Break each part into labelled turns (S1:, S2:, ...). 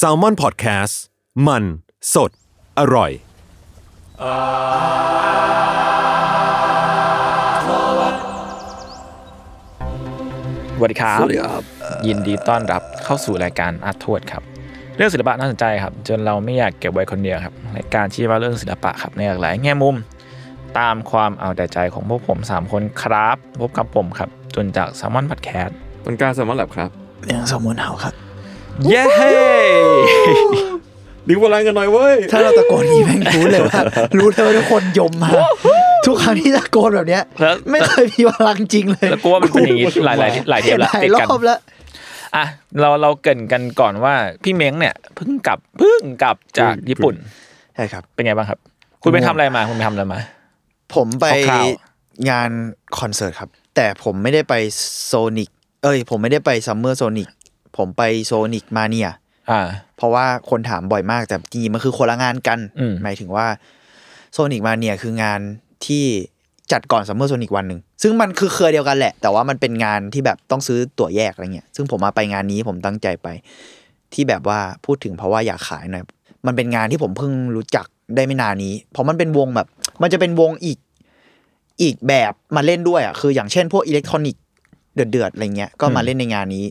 S1: s a l m o n PODCAST มันสดอร่อย
S2: สวัสดีครับ
S3: สวัสดีครับ
S2: ยินดีต้อนรับเข้าสู่รายการอาร์ทวดครับ เรื่องศิลปะน่าสนใจครับ จนเราไม่อยากเก็บไว้คนเดียวครับรายการชี้ว่าเรื่องศิลปะครับในหลากหลายแง่มุม ตามความเอาแต่ใจของพวกผม 3 คนครับ พบกับผมครับ จนจาก s ซ l m o n Podcast
S3: มันกล้าสมอนหลับครับ
S2: ยังสมมติเฮาครับ เย้
S3: ดึงพลังกันหน่อยเว้ย
S4: ถ้าเราตะโกนอย่างนี้แม่งรู้เลย ว่า รู้เลยว่าทุกคนยมมา ทุกครั้งที่ตะโกนแบบเนี้ย
S2: แล้ว
S4: ไม่เคยมีพลังจริงเลย
S2: แล้วกูว่ามันเป็นอย่างนี้หลายหลายหลายเทปละ
S4: หลาย
S2: ติด
S4: ร
S2: กัน
S4: อบแล้ว
S2: อ่ะเราเราเกรินกันก่อนว่าพี่เม้งเนี่ยเพิ่งกลับเพิ่งกลับจากญี่ปุ่น
S4: ใช่ครับ
S2: เป็นไงบ้างครับ คุณไปทำอะไรมาคุณไปทำอะไรมา
S4: ผมไป
S2: คร่าว
S4: งานคอนเสิร์ตครับ แต่ผมไม่ได้ไปโซนิกเอ้ย ผมไม่ได้ไปซัมเมอร์โซนิกผมไปโซนิกมาเนีย
S2: อ่า
S4: เพราะว่าคนถามบ่อยมาก แต่จริงๆมันคือคนละงานกัน
S2: อืม
S4: หมายถึงว่าโซนิกมาเนี่ยคืองานที่จัดก่อนซัมเมอร์โซนิกวันหนึ่ง ซึ่งมันคือเครือเดียวกันแหละ แต่ว่ามันเป็นงานที่แบบต้องซื้อตั๋วแยกอะไรเงี้ย ซึ่งผมมาไปงานนี้ผมตั้งใจไป ที่แบบว่าพูดถึงเพราะว่าอยากขายหน่อย มันเป็นงานที่ผมเพิ่งรู้จักได้ไม่นานนี้ เพราะมันเป็นวงแบบ มันจะเป็นวงอีกอีกแบบมาเล่นด้วยอ่ะ คืออย่างเช่นพวกอิเล็กทรอนิกเดือดๆอะไรเงี้ย ก็มาเล่นในงานนี้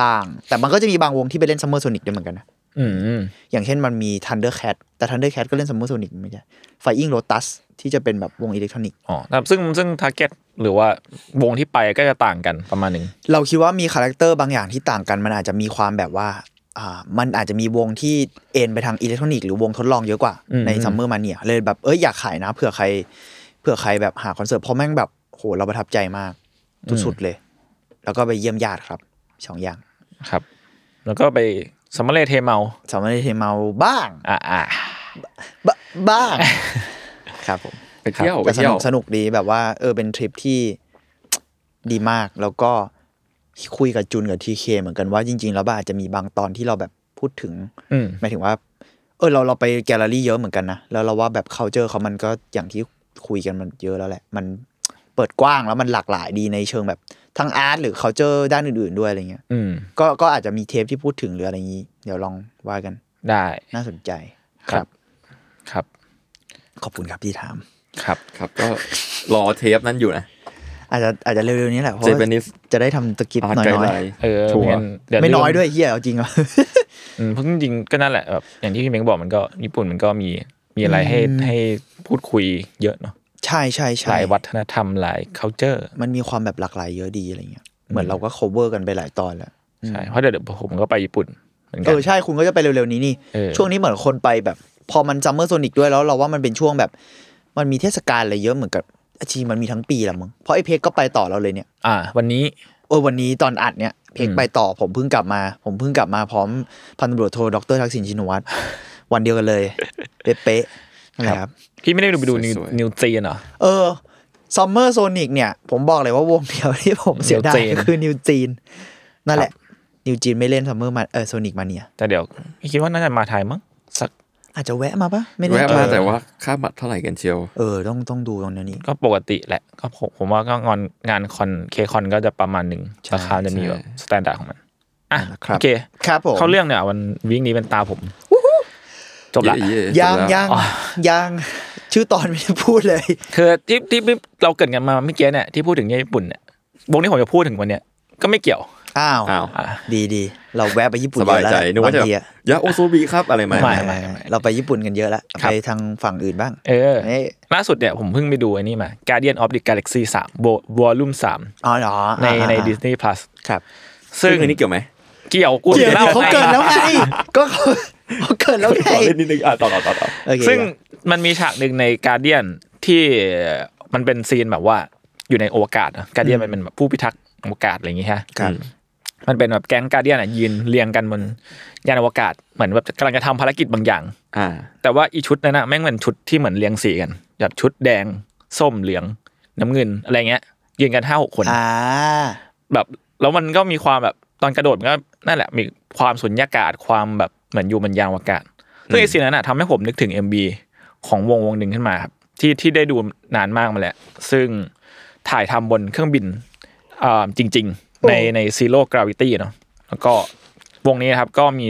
S4: บ้าง แต่มันก็จะมีบางวงที่ไปเล่นซัมเมอร์โซนิกด้วยเหมือนกันนะ
S2: อืม
S4: อย่างเช่นมันมี Thundercat แต่ Thundercat ก็เล่นซัมเมอร์โซนิกไม่ใช่ Flying Lotus ที่จะเป็นแบบวงอิเล็กทรอนิกส์
S2: อ๋อแต่ซึ่งซึ่งทาร์เก็ตหรือว่าวงที่ไปก็จะต่างกันประมาณหนึ่ง
S4: เราคิดว่ามีคาแรคเตอร์บางอย่างที่ต่างกัน มันอาจจะมีความแบบว่าอ่ามันอาจจะมีวงที่เอ็นไปทางอิเล็กทรอนิกส์หรือวงทดลองเยอะกว่า
S2: อืม
S4: ในซัมเมอร์มาเนียเลยแบบเอ้ยอยากขายนะเผื่อใครเผื่อใครแบบหาคอนเสิร์ตเพราะแม่งแบบโหเราประทับใจมากสุดๆเลย แล้วก็ไปเยี่ยมญาติครับสองอย่าง
S2: ครับ แล้วก็ไปสมเลเทเมา
S4: สามารถเทเมาบ้าง
S2: อ่าอ่า
S4: บ บ้างครับผม
S3: ไปเที่ยวไป
S4: แต่ส
S3: เที่ย
S4: นุ
S3: ว
S4: กสนุกดีแบบว่า เออเป็นทริปที่ ดีมากแล้วก็คุยกับจุนกับทีเคเหมือนกันว่าจริง ๆ แล้วบ้าอาจจะมีบางตอนที่เราแบบพูดถึง
S2: อืม
S4: หมายถึงว่า เออเราเราไปแกลเลอรี่เยอะเหมือนกันนะแล้วเราว่าแบบ c u เจอร์เขามันก็อย่างที่คุยกันมันเยอะแล้วแหละ มันเปิดกว้างแล้วมันหลากหลายดีในเชิงแบบทั้งอาร์ตหรือ c u เจอร์ด้านอื่นๆด้วยอะไรเงี้ย
S2: อืม
S4: ก็ก็อาจจะมีเทปที่พูดถึงหรืออะไรอย่างนี้ เดี๋ยวลองว่ากัน
S2: ได้
S4: น่าสนใจ
S2: ครับ
S4: ขอบคุณครับที่ถาม
S2: ครับ
S3: ครับก็รอเทปนั้นอยู่นะ
S4: อาจจะอาจจะเร็วๆนี้แหละเพราะว่า
S3: Japanese
S4: จะได้ทำสกิปต์
S3: Art
S4: น้อย
S3: Guideline
S4: ๆ
S2: เออ
S3: ทัวร์
S2: งั้นเดี๋ว
S4: ไม่น้อย
S2: ลืม
S4: ด้วยเฮียเอาจริงเหรอ
S2: อืมเพิ่งจริงก็นั่นแหละแบบอย่างที่พี่เม้งบอกมันก็ญี่ปุ่นมันก็มีมีอะไรให้
S4: อืม
S2: ให้พูดคุยเยอะเนาะ
S4: ใช่ใช่
S2: ห
S4: ใช่
S2: ลายวัฒนธรรมหลาย culture
S4: มันมีความแบบหลากหลายเยอะดีอะไรเงี้ยเหมือนเราก็ cover กันไปหลายตอนแล้ว
S2: ใช่เพราะเดี๋ยวเดี๋ยวผมก็ไปญี่ปุ่นเหมือน
S4: เอ
S2: กัน
S4: อใช่คุณก็จะไปเร็วๆนี้นี่
S2: เออ
S4: ช่วงนี้เหมือนคนไปแบบ พอมันซัมเมอร์โซนิกด้วยแล้วเราว่ามันเป็นช่วงแบบ มันมีเทศกาลอะไรเยอะเหมือนกับจริงมันมีทั้งปีละมึงเพราะไอ้เพกก็ไปต่อเราเลยเนี่ย
S2: อ่า วันนี้
S4: เออวันนี้ตอนอัดเนี่ยเพกไปต่อผมเพิ่งกลับมา ผมเพิ่งกลับมาพร้อมพันตำรวจโทดรทักษิณชินวัตร วันเดียวกันเลย เป๊ะๆนั่นแหละครับ
S2: พี่ไม่ได้ดูไปดูนิว
S3: สวย
S2: นิวซีนเหรอ
S4: เออซัมเมอร์โซนิกเนี่ย ผมบอกเลยว่าวงเดียวที่ผมเสียดาย
S2: นิวจีน
S4: ก็คือนิวจีน นั่นแหละ นิวจีนไม่เล่นซัมเมอร์มาเออโซนิกมาเนี่ย
S2: แต่เดี๋ยวพี่คิดว่าน่าจะมาไทยมั้งสัก
S4: อาจจะแวะมาปะไม่แน่
S3: แวะ
S4: ใจ
S3: มาแต่ว่าค่าบัตรเท่าไหร่กันเชียว
S4: เออ ต้องต้องดูตรงนี้
S2: ก็ปกติแหละก็ผมผมว่าก็งอนงานคอนเคคอนก็จะประมาณหนึ่ง
S4: ใช่
S2: ราคาจะมีแบบสแตนดาร์ดของมันอ่ะ
S4: ครับ
S2: โอเค
S4: ครับผม
S2: เข้าเรื่องเนี่ยวันวิ่งนี้เป็นตาผมจบละ
S3: เย่ๆ
S4: ยัง
S3: จบแล้ว
S4: ยังยังชื่อตอนไม่ได้พูดเลย
S2: คือที่ที่ที่เราเกริดกันมาเมื่อกี้เนี่ยที่พูดถึงญี่ปุ่นเนี่ยวงที่ผมจะพูดถึงวันเนี้ยก็ไม่เกี่ยว
S4: อ้าว
S3: อ้าว
S2: อ่ะ
S4: ดีดีเราแวะไปญี่ปุ่น
S3: สบายใจ
S4: เย
S3: นึ
S4: อะแล้ว
S3: กว่า
S4: แหละ
S3: จะ
S4: บางทีอะ
S3: ยาโอโซบีครับอะไรไหม
S2: ไม่
S3: ไม่
S4: เออเราไปญี่ปุ่นกันเยอะแล้ว
S2: ครับ
S4: ไปทางฝั่งอื่นบ้าง
S2: เออ
S4: เอ้ย
S2: ล่าสุดเนี่ยผมเพิ่งไปดูไอ้นี่มา Guardian of the Galaxy 3 Volume
S4: อ๋อเหรอ
S2: 3ในใน Disney Plus
S4: ครับ
S2: ซึ่ง
S3: เรื่องนี้เกี่ยวไหม
S2: เกี่ยวกู
S4: เดี๋ยว
S2: ล่า
S4: เขาเกินแล้วไงก็เขาเขาเกินแล้วไง
S3: ขอเล่นนิดนึงอ่ะต่อต่อต่อต่อ
S4: โอเค
S2: ซึ่งมันมีฉากหนึ่งในการเดียนที่มันเป็นซีนแบบว่าอยู่ในอวกาศการเดียนมันเป็นแบบผู้พิทักษ์อวกาศอะไรอย่างงี้ฮะ
S4: ครับ
S2: มันเป็นแบบแก๊งกาเดียนอ่ะยืนเรียงกันบนยานอวกาศเหมือนแบบกำลังจะทำภารกิจบางอย่าง
S3: อ่า
S2: แต่ว่าอีชุดนั้นนะแม่งเป็นชุดที่เหมือนเรียงสีกันแบบชุดแดง ส้มเหลือง น้ำเงินอะไรเงี้ย ยืนกันห้าหกคน
S4: อ่า
S2: แบบแล้วมันก็มีความแบบตอนกระโดดมันก็นั่นแหละมีความสุญญากาศความแบบเหมือนอยู่บนยานอวกาศซึ่งไอซีนนั้นอะทำให้ผมนึกถึง MB ของวงวงหนึ่งขึ้นมาครับที่ที่ได้ดูนานมากมาแล้ว ซึ่งถ่ายทำบนเครื่องบินอ่าจริง ๆ ในในซีโร่กราวิตี้เนาะแล้วก็วงนี้นะครับก็มี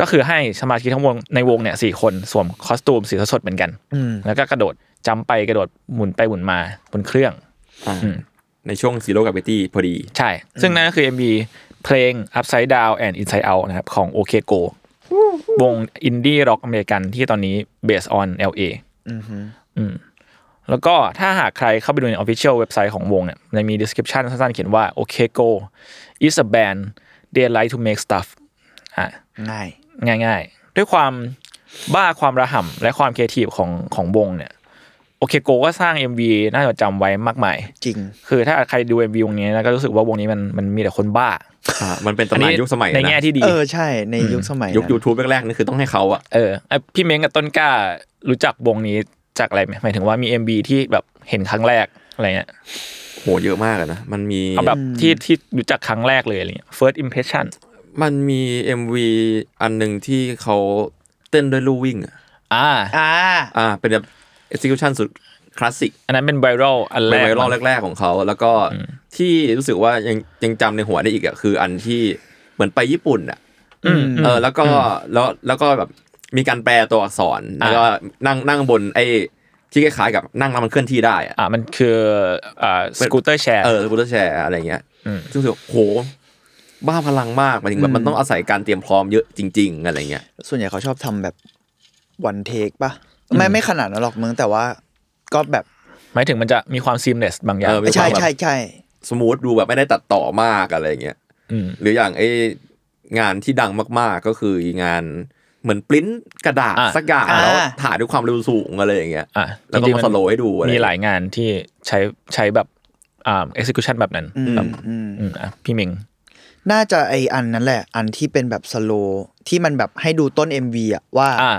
S2: ก็คือให้สมาชิกทั้งวงในวงเนี่ยสี่คนสวมคอสตูมสีสดๆเหมือนกัน
S4: อืม
S2: แล้วก็กระโดดจำไปกระโดดหมุนไปหมุนมาบนเครื่อง
S3: อ่า ในช่วงซีโร่กับเบตี้พอดี
S2: ใช่ ซึ่งนั่นก็คือ MV เพลง Upside Down and Inside Out นะครับ ของ OK Go วงอินดี้ร็อกอเมริกันที่ตอนนี้ based on LA อืมแล้วก็ถ้าหากใครเข้าไปดูใน official เว็บไซต์ของวงเนี่ยมันจะมี description สั้นๆเขียนว่า OK Go is a band they like to make stuff อ่ะ
S4: ง่าย
S2: ง่ายๆ ด้วยความบ้าความระห่ำและความครีเอทีฟของของวงเนี่ยโอเคโกก็สร้าง MV น่าจดจำไว้มากมาย
S4: จริง
S2: คือถ้าใครดู MV วงนี้นะก็รู้สึกว่าวงนี้มันมันมีแต่คนบ้า
S3: อ่า มันเป็นตำนานยุคสมัย
S2: ใน
S3: นะ
S2: แง่ที่ดี
S4: เออ ใช่ ในยุคสมัย
S3: ยุค
S4: นั้น
S3: ยูทูบแรกๆนี่คือต้องให้เขาอะ
S2: เออไอ้พี่เม้งกับต้นกล้ารู้จักวงนี้จากอะไรไหมหมายถึงว่ามี MV ที่แบบเห็นครั้งแรกอะไรเงี้ย
S3: โหเยอะมากอะนะ มันมี
S2: เอาแบบที่ที่รู้จักครั้งแรกเลยอะไรเงี้ย first impression
S3: มันมี MV อันหนึ่งที่เขาเต้นด้วยลู่วิ่งอะ
S2: อ่า
S4: อ่า
S3: อ่า เป็นแบบ execution สุดคลาสสิก
S2: อันนั้นเป็นไวรัลอันแร
S3: เป็น
S2: ก
S3: ไวรัลแรก ๆของเขา แล้วก็ที่รู้สึกว่ายังยังจำในหัวได้อีกอะคืออันที่เหมือนไปญี่ปุ่นอะ
S2: อืม
S3: เออแล้วก็แล้วแล้วก็แบบมีการแปลตัวอักษร
S2: อ่า
S3: แล้วก็นั่งนั่งบนไอ้ที่คล้ายๆกับนั่งแล้วมันเคลื่อนที่ได้อะ
S2: อ่ามันคืออ่าสกูตเตอร์แชร์
S3: เออบูตแชร์อะไรเงี้ย
S2: อืม
S3: ซึ่งรู้สึกโหบ้าพลังมากหมายถึงแบบมันต้องอาศัยการเตรียมพร้อมเยอะจริง ๆ อะไรเงี้ย
S4: ส่วนใหญ่เขาชอบทำแบบวันเทคปะไม่ไม่ขนาดนั้นหรอกมึงแต่ว่าก็แบบ
S2: หมายถึงมันจะมีความ seamless บางอย่าง
S3: เออ
S4: ใช่ใช่ใช่
S3: สมูทดูแบบไม่ได้ตัดต่อมากอะไรเงี้ย
S2: อืม
S3: หรืออย่างไองานที่ดังมากๆก็คืองานเหมือนปริ้นกระดาษ
S2: อ่ะ
S3: สักอย่างแล้วถ่ายด้วยความเร็วสูงอะไรอย่างเงี้ย
S2: อ่ะ
S3: แล้วก็
S2: จริงๆ
S3: มาสโลให้ดูอะไร
S2: มีหลายงานที่ใช้ใช้แบบอ่า execution แบบนั้น
S4: อืม
S2: แบบ
S4: อืม
S2: อืมอ่ะพี่เม้ง
S4: น่าจะไออันนั้นแหละ อันที่เป็นแบบสโลที่มันแบบให้ดูต้น MV อ่ะว่า
S2: อ่า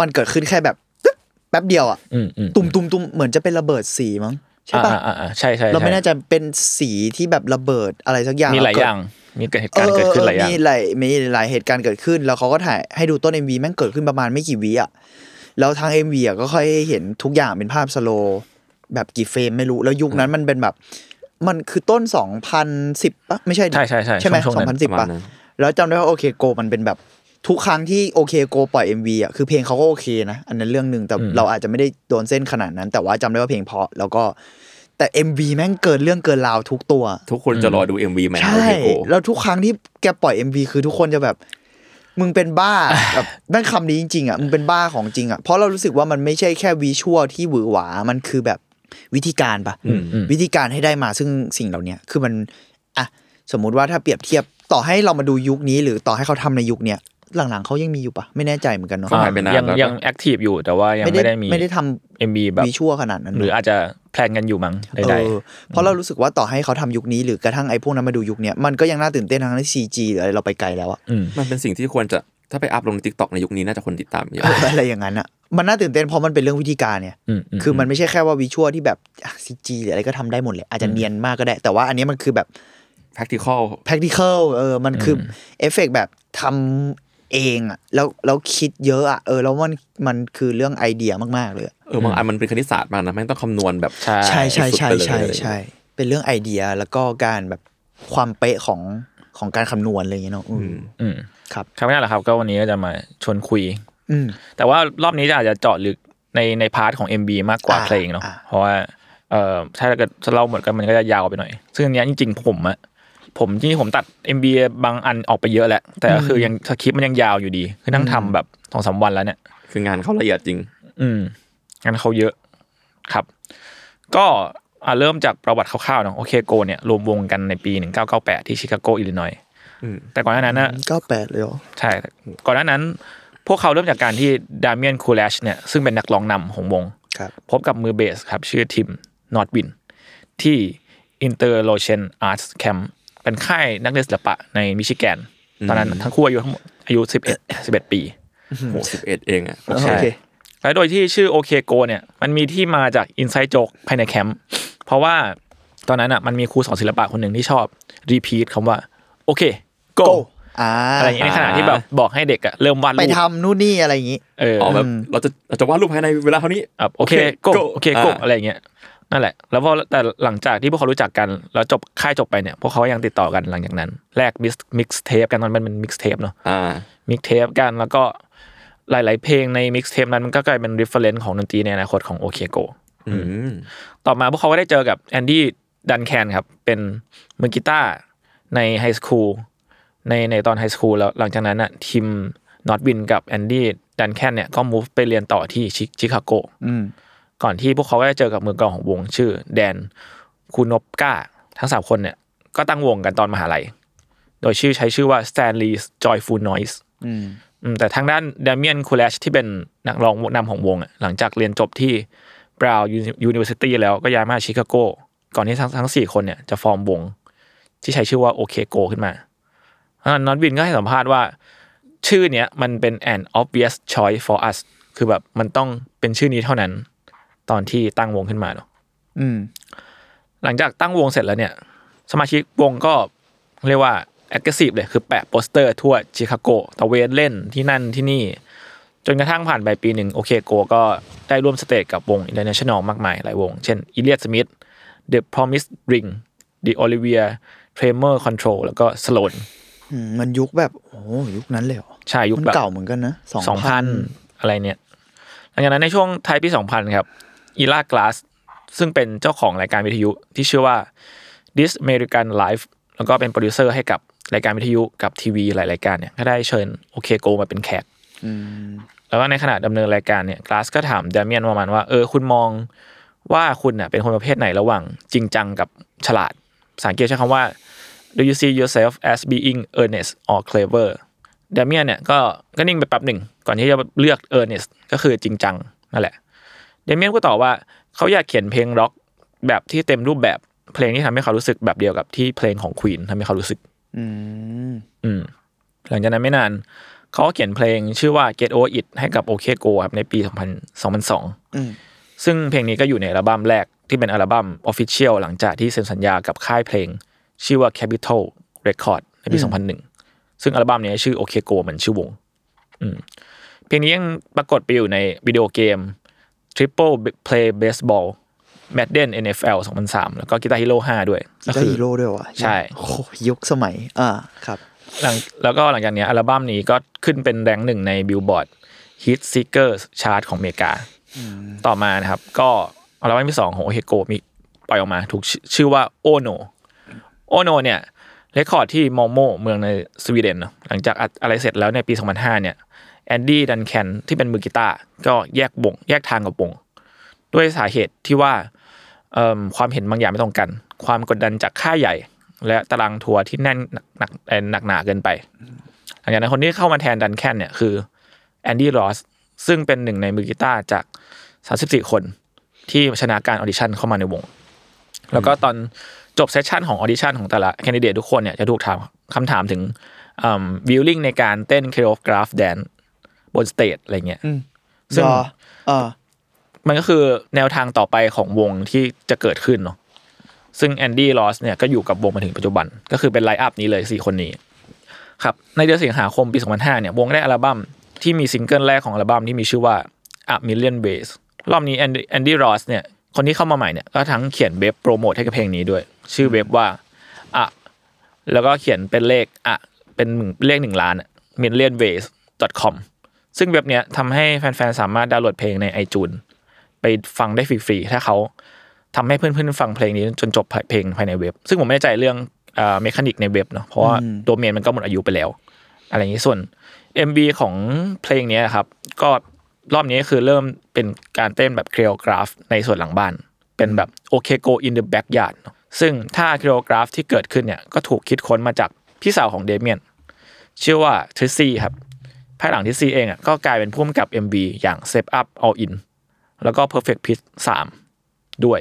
S4: มันเกิดขึ้นแค่แบบตึ๊บแป๊บเดียวอ่ะ
S2: อืมอืม
S4: ตุ่มตุ่มตุ่มเหมือนจะเป็นระเบิดสีมั้งใช่ปะ
S2: อ่าอ่าอ่าใช่ใช่
S4: เราไม่
S2: ใช่
S4: น่าจะเป็นสีที่แบบระเบิดอะไรสักอย่าง
S2: มีหลาย
S4: เกิ
S2: อ
S4: ด
S2: ย่าง มีเหตุการณ์เกิดขึ้นหลายอย่าง
S4: มีหลายมีหลายเหตุการณ์เกิดขึ้น แล้วเขาก็ถ่ายให้ดูต้น MV แม่งเกิดขึ้นประมาณไม่กี่วิอ่ะแล้วทาง MV อ่ะก็ค่อยเห็นทุกอย่างเป็นภาพสโลว์แบบกี่เฟรมไม่รู้แล้วยุคนั้นมันเป็นแบบ มันคือต้น 2010ปะไม่ใช่ดิ
S2: ใช่ใช่ใช่
S4: ใช่ไหม
S2: ช่วงๆนั้น
S4: 2010
S3: ป
S4: ปะ
S3: ระมาณนั้น
S4: แล้วจำได้ว่าโอเคโกมันเป็นแบบทุกครั้งที่โอเคโกปล่อย MV อ่ะคือเพลงเขาก็โอเคนะ อันนั้นเรื่องหนึ่งแต่เราอาจจะไม่ได้โดนเส้นขนาดนั้น แต่ว่าจำได้ว่าเพลงเพราะแล้วก็แต่ MV แม่งเกินเรื่องเกินราวทุกตัว
S3: ทุกคนจะรอดู MV แมน
S4: ใช่ แล้วทุกครั้งที่แกปล่อย MV คือทุกคนจะแบบ มึงเป็นบ้า แบบ แม่งคำนี้จริงๆอ่ะมึงเป็นบ้าของจริงอ่ะเพราะเรารู้สึกว่ามันไม่ใช่แค่วิชวลที่หวือหวา มันคือแบบวิธีการปะวิธีการให้ได้มาซึ่งสิ่งเหล่าเนี้ยคือมันอ่ะสมมุติว่าถ้าเปรียบเทียบต่อให้เรามาดูยุคนี้ หรือต่อให้เขาทำในยุคเนี้ยหลังๆเขายังมีอยู่ปะไม่แน่ใจเหมือนกันเนาะ
S3: ก็หายไปนาน
S2: ยัง
S3: แล้ว
S2: ยังแอคทีฟอยู่แต่ว่ายังไม่ได้มี
S4: ไม่ได้ทำ
S2: MV แบบ
S4: วิชวลขนาดนั้น
S2: หรือ
S4: เนะ
S2: อาจจะแพลนกันอยู่มั้งใด
S4: เออเพราะเรารู้สึกว่าต่อให้เขาทำยุคนี้หรือกระทั่งไอ้พวกนั้นมาดูยุคเนี้ยมันก็ยังน่าตื่นเต้นทั้งที่ซีจีหรืออะไรเราไปไกลแล้วอะ
S3: มันเป็นสิ่งที่ควรจะถ้าไปอัพลงทิกตอกในยุคนี้น่าจะคนติดตามเยอะ
S4: อะไรอย่างนั้นอะมันน่าตื่นเต้นเพราะมันเป็นเรื่องวิธีการเนี่ย
S2: อืมอืม
S4: คือมันไม่ใช่แค่ว่าวิชวลที่แบบซีจีหรืออะไรก็ทำได้หมดเลยอาจจะเนียนมากก็ได้ แต่ว่าอันนี้มันคือแบบ
S3: practical
S4: practical เออ มันคืออเอฟเฟกต์แบบทำเองอะแล้วแล้วคิดเยอะอะเออ แล้วมันมันคือเรื่องไอเดียมากๆเลยอะ
S3: เออบางอันมันเป็นคณิตศาสตร์มากนะแม่งต้องคำนวณแบบ
S2: ๆ ใช่
S4: ใช่ใช่ใช่ใช่
S3: สุดไปเลย
S4: ใช่ เป็นเรื่องไอเดียแล้วก็การแบบความเป๊ะของของการคำนวณอะไรอย่างเงี้ยเนาะอืม
S2: อืม
S4: ครับ
S2: ครับนั่นแหละครับ ก็วันนี้ก็จะมาชวนคุย
S4: อืม
S2: แต่ว่ารอบนี้จะอาจจะเจาะลึกในในพาร์ทของ MB มากกว่า
S4: อ่า
S2: เพลงเนาะ
S4: อ่า
S2: เพราะว่าเอ่อถ้าเกิดเล่าหมดกันมันก็จะยาวไปหน่อย ซึ่งอันเนี้ยจริงๆผมอะผมจริงๆผมตัด MB บางอันออกไปเยอะแหละ แต่ก็คือยังสคริปต์มันยังยาวอยู่ดี คือนั่งทำแบบสองสามวันแล้วเนี่ย
S3: คืองานเขาละเอียดจริง
S2: อืมงานเขาเยอะครับ ก็อ่ะเริ่มจากประวัติคร่าวๆเนาะโอเคโกเนี่ยรวมวงกันในปี 1998 ที่ชิคาโกอิลลินอยส์
S3: อืม
S2: แต่ก่อนหน้านั้นนะ
S4: ก็แปดเลยเหรอ
S2: ใช่ ก่อนหน้านั้น พวกเขาเริ่มจากการที่ดา m เมียนคูล s ชเนี่ยซึ่งเป็นนักร้องนำของวง
S4: ครับ
S2: พบกับมือเบสครับ ชื่อทิมนอตบิน ที่ Interlochen Arts Camp เป็นค่ายนักเรียนศิลปะในมิชิแกน ตอนนั้น
S3: อืม
S2: ทั้งคู่อายุทั้งหมดอายุสิบเอ็ดสิบเอ็ดปี
S3: หกสิบเอ็ดเองอ่ะ
S4: โอ
S2: ใช่
S4: เค
S2: แล้วโดยที่ชื่อโอเคโกเนี่ย มันมีที่มาจากอินไซ e ์โจกภายในแคมป์เพราะว่าตอนนั้นอ่ะมันมีครูสอนศิลปะคนหนึ่งที่ชอบรีพีทคำว่าโอเคโก
S4: go อ่า
S2: อะไรอย่างเงี้ยในขณะที่แบบบอกให้เด็กอะเริ่มวาดรู
S4: ไป
S2: ป
S4: ทำนู่นนี่อะไรอย่างงี้
S2: เออ
S3: อ๋อแบบเราจะเราจะวาดรูปภายในเวลาเท่านี้
S2: อ่ะโอเคโก
S3: Go
S2: โอเคโก
S3: อ่า
S2: อะไรอย่างเงี้ยนั่นแหละ แล้วพอแต่หลังจากที่พวกเขารู้จักกัน แล้วจบค่ายจบไปเนี่ย พวกเขายังติดต่อกันหลังจากนั้น แลกมิกซ์มิกซ์เทปกันตอนมันเป็นมิกซ์เทปเนาะ
S3: อ่า
S2: มิกซ์เทปกันแล้วก็หลาย ๆ เพลงในมิกซ์เทปนั้นมันก็กลายเป็นรีเฟรนซ์ของดนตรีในอนาคตของโอเคโก
S3: อืม
S2: ต่อมาพวกเขาก็ได้เจอกับแอนดี้ดันแคนครับ เป็นมือกีตาร์ในไฮสคูลในในตอนไฮสคูลแล้วหลังจากนั้นน่ะทีมนอตบินกับแอนดี้ดันแคนเนี่ยก็มูฟไปเรียนต่อที่ชิชิคาโก
S4: อืม
S2: ก่อนที่พวกเขาก็ได้เจอกับมือกลองของวงชื่อ แดนคูนบก้า ทั้งสามคนเนี่ยก็ตั้งวงกันตอนมหาลัย โดยชื่อใช้ชื่อว่า Stanley's Joyful Noise
S4: อืม
S2: อืมแต่ทางด้านด a ม i อนคูเลชที่เป็นนักร้องนำของวงอะหลังจากเรียนจบที่ Brown University แล้วก็ย้ายมาชิคาโก ก่อนที่ทั้งทั้งสี่คนเนี่ยจะฟอร์มวง ที่ใช้ชื่อว่าโอเคโกขึ้นมานอตวินก็ให้สัมภาษณ์ว่า ชื่อเนี้ยมันเป็น an obvious choice for us คือแบบมันต้องเป็นชื่อนี้เท่านั้น ตอนที่ตั้งวงขึ้นมาเนาะ
S4: อืม
S2: หลังจากตั้งวงเสร็จแล้วเนี่ย สมาชิกวงก็เรียกว่า aggressive เลยคือแปะโปสเตอร์ทั่วชิคาโกตะเวนเล่นที่นั่นที่นี่ จนกระทั่งผ่านไปปีหนึ่งโอเคโกก็ได้ร่วมสเตจกับวง international มากมายหลายวง เช่น e l i o t Smith The Promised Ring The Olivia Tremor Control แล้วก็ Sloan
S4: อืม มันยุคแบบ โอ้โหยุคนั้นเลยเหรอ
S2: ใช่ยุค
S4: มัน
S2: แบบ
S4: เก่าเหมือนกันนะสอง
S2: สองพันอะไรเนี่ย หลังจากนั้นในช่วงท้ายปีสองพันครับอีล่ากลาสซึ่งเป็นเจ้าของรายการวิทยุที่ชื่อว่า This American Life แล้วก็เป็นโปรดิวเซอร์ให้กับรายการวิทยุกับทีวีหลายรายการเนี่ยก็ได้เชิญโอเคโกมาเป็นแขก
S4: อืม
S2: แล้วก็ในขณะดำเนินรายการเนี่ยกลาสก็ถามเดเมียนประมาณว่า เออ คุณมองว่าคุณน่ะเป็นคนประเภทไหนระหว่างจริงจังกับฉลาดภาษาอังกฤษใช้คำว่า do you see yourself as being earnest or clever เดเมียนเนี่ยก็ก็นิ่งไปแป๊บหนึ่ง ก่อนที่จะเลือก earnest ก็คือจริงจังนั่นแหละ เดเมียนก็ตอบว่าเขาอยากเขียนเพลงร็อกแบบที่เต็มรูปแบบเพลงที่ทำให้เขารู้สึกแบบเดียวกับที่เพลงของควีนทำให้เขารู้สึก
S4: อืม
S2: อืมหลังจากนั้นไม่นาน เขาก็เขียนเพลงชื่อว่า Get Over It ให้กับ OK Go ครับในปี 2000
S4: อืม
S2: 2002 ซึ่งเพลงนี้ก็อยู่ในอัลบั้มแรกที่เป็นอัลบั้ม Official หลังจากที่เซ็นสัญญากับค่ายเพลง ชื่อว่า Capital Record ในปี 2001 ซึ่งอัลบั้มเนี้ยชื่อ OK Go เหมือนชื่อวงอืมเพลงนี้ยังปรากฏไปอยู่ในวิดีโอเกม Triple Play Baseball Madden NFL 2003 แล้วก็ Guitar Hero 5 ด้วย
S4: ก็
S2: คื
S4: ฮีโร่ด้วยวะ
S2: ใช่
S4: โอ้โหยุคสมัย อ่า ครับ
S2: หลังแล้วก็หลังจากเนี้ยอัลบั้มนี้ก็ขึ้นเป็นแรงค์หนึ่งในบิลบอร์ด Hit Seekers Chart ของอเมริกา ต่อมานะครับ ก็อัลบั้มที่สองของโอเฮโกมีปล่อยออกมา ถูกชื่อชื่อว่าโอโนโอโนเนี่ยเรคคอร์ดที่มอมโมเมืองในสวีเดนเนอะหลังจากอัดอะไรเสร็จแล้วในปี 2005 เนี่ยแอนดี้ดันแคนที่เป็นมือกีตาร์ก็แยกวงแยกทางกับวง ด้วยสาเหตุที่ว่าเอิ่มความเห็นบางอย่างไม่ตรงกัน ความกดดันจากค่ายใหญ่ และตารางทัวร์ที่แน่นหนักหนักเอ่อหนักหนาเกินไป หลังจากนั้นคนที่เข้ามาแทนดันแคนเนี่ยคือแอนดี้รอสซึ่งเป็นหนึ่งในมือกีตาร์จาก 34 คนที่ชนะการออดิชั่นเข้ามาในวง แล้วก็ตอนจบเซสชันของออดิชั่นของแต่ละแคนดิเดตทุกคนเนี่ยจะถูกถามคำถามถึงวิลลิ่งในการเต้นเคโรกราฟแดนบนสเตจอะไรเงี้ย
S4: อืม
S2: ซึ่ง
S4: รออ่า
S2: มันก็คือแนวทางต่อไปของวงที่จะเกิดขึ้นเนาะซึ่งแอนดี้ลอสเนี่ยก็อยู่กับวงมาถึงปัจจุบัน ก็คือเป็นไลน์อัพนี้เลย 4 คนนี้ ครับ ในเดือนสิงหาคมปี 2005 เนี่ย วงได้อัลบั้มที่มีซิงเกิลแรกของอัลบั้มที่มีชื่อว่า A Million Ways รอบนี้แอนดี้รอสเนี่ย คนที่เข้ามาใหม่เนี่ย ก็ทั้งเขียนเว็บโปรโมทให้กับเพลงนี้ด้วย ชื่อเว็บว่าอะแล้วก็เขียนเป็นเลขอะเป็นหนึ่งเลขหนึ่งล้าน million ways com ซึ่งเว็บเนี้ยทำให้แฟนๆสามารถดาวน์โหลดเพลงใน iTunes ไปฟังได้ฟรีๆ ถ้าเขาทำให้เพื่อนๆ ฟังเพลงนี้จนจบเพลงภายในเว็บ ซึ่งผมไม่แน่ใจเรื่องเมคานิกในเว็บเนาะ เพราะว่า
S4: อืม
S2: โดเมนมันก็หมดอายุไปแล้ว อะไรอย่างนี้ส่วน MV ของเพลงเนี้ยครับ ก็รอบนี้คือเริ่มเป็นการเต้นแบบเครียลกราฟในส่วนหลังบ้าน เป็นแบบโอเคโกอินเดอะแบ็กยาร์ดซึ่งท่าเครียลกราฟที่เกิดขึ้นเนี่ย ก็ถูกคิดค้นมาจากพี่สาวของเดเมียน ชื่อว่าทริซซี่ครับ ภายหลังทริซซี่เองอ่ะก็กลายเป็นผู้กำกับ MV อย่าง Step Up All In แล้วก็ Perfect Pitch 3 ด้วย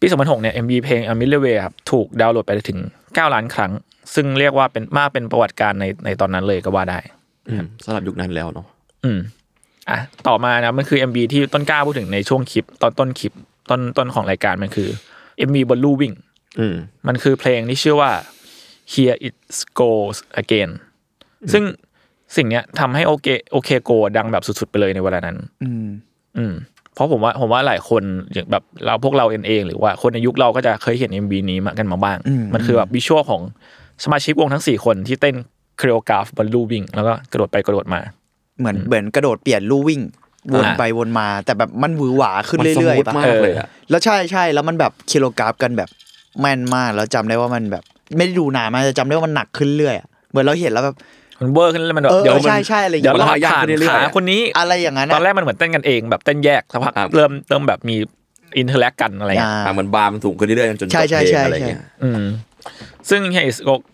S2: ปี 2006 เนี่ย MV เพลง a m i l l i w a y ครับ ถูกดาวน์โหลดไปถึง 9 ล้านครั้ง ซึ่งเรียกว่าเป็นมากเป็นประวัติการณ์ในในตอนนั้นเลยก็ว่าได้
S3: อืมสำหรับยุคนั้นแล้วเนาะ
S2: อืมอ่ะต่อมานะมันคือ MB ที่ต้นกล้าพูดถึงในช่วงคลิป ตอนต้นคลิปต้นต้นของรายการมันคือ MB บนลู่วิ่ง
S3: อืม
S2: มันคือเพลงที่ชื่อว่า Here It Goes Again ซึ่งสิ่งเนี้ยทำให้โอเคโอเคโกดังแบบสุดๆไปเลยในเวลานั้น
S4: อืม
S2: อืมเพราะผมว่าผมว่าหลายคนอย่างแบบเราพวกเราเองเองหรือว่าคนในยุคเราก็จะเคยเห็น MB นี้มากันมาบ้าง
S4: อืม
S2: มันคือแบบวิชวลของสมาชิกวงทั้ง 4 คนที่เต้นค o ร e o กราฟบนลู่วิ่งแล้วก็กระโดดไปกระโดดมา
S4: เหมือนเหมือนกระโดดเปลี่ยนลู่วิ่ง วนไปวนมา แต่แบบมันหวือหวาขึ้น
S3: มันส
S4: เรื่อย
S3: มูท
S4: ๆปะ
S3: มากเลยอะ
S4: แล้วใช่ใช่แล้วมันแบบกิโลกราฟกันแบบแม่นมากแล้วจำได้ว่ามันแบบ ไม่ได้ดูนานมากแต่จำได้ว่ามันหนักขึ้นเรื่อยอะเหมือนเราเห็นแล้วแบบ
S2: มันเวอร์ขึ้นแล้วมันแบบ
S4: เออ
S2: เดี๋ยวมัน
S4: ใช่ใช่อะไรอย่างเงี้
S2: เดี๋ย
S4: ย
S2: วเรา
S3: มันหายาก
S2: ผ่า
S3: ขึ้
S2: น
S3: นเรื่อยๆ
S2: ขา
S3: อะ
S2: คนนี้
S4: อะไรอย่างนั้น
S2: ตอนแรกมันเหมือนเต้นกันเองแบบเต้นแยกสักพัก
S3: ครับ
S2: เริ่มเริ่มแบบมีอินเทอร์แลกกันอะไรอย่างเงี้ย
S4: อ่า
S3: อ่าเหมือนบาร์มันสูงขึ้นเรื่อยๆจนจบ
S4: ใช่ใช่
S3: เพล
S4: ใช่
S3: งอะไรเงี้ย
S2: อืมซึ่ง Hey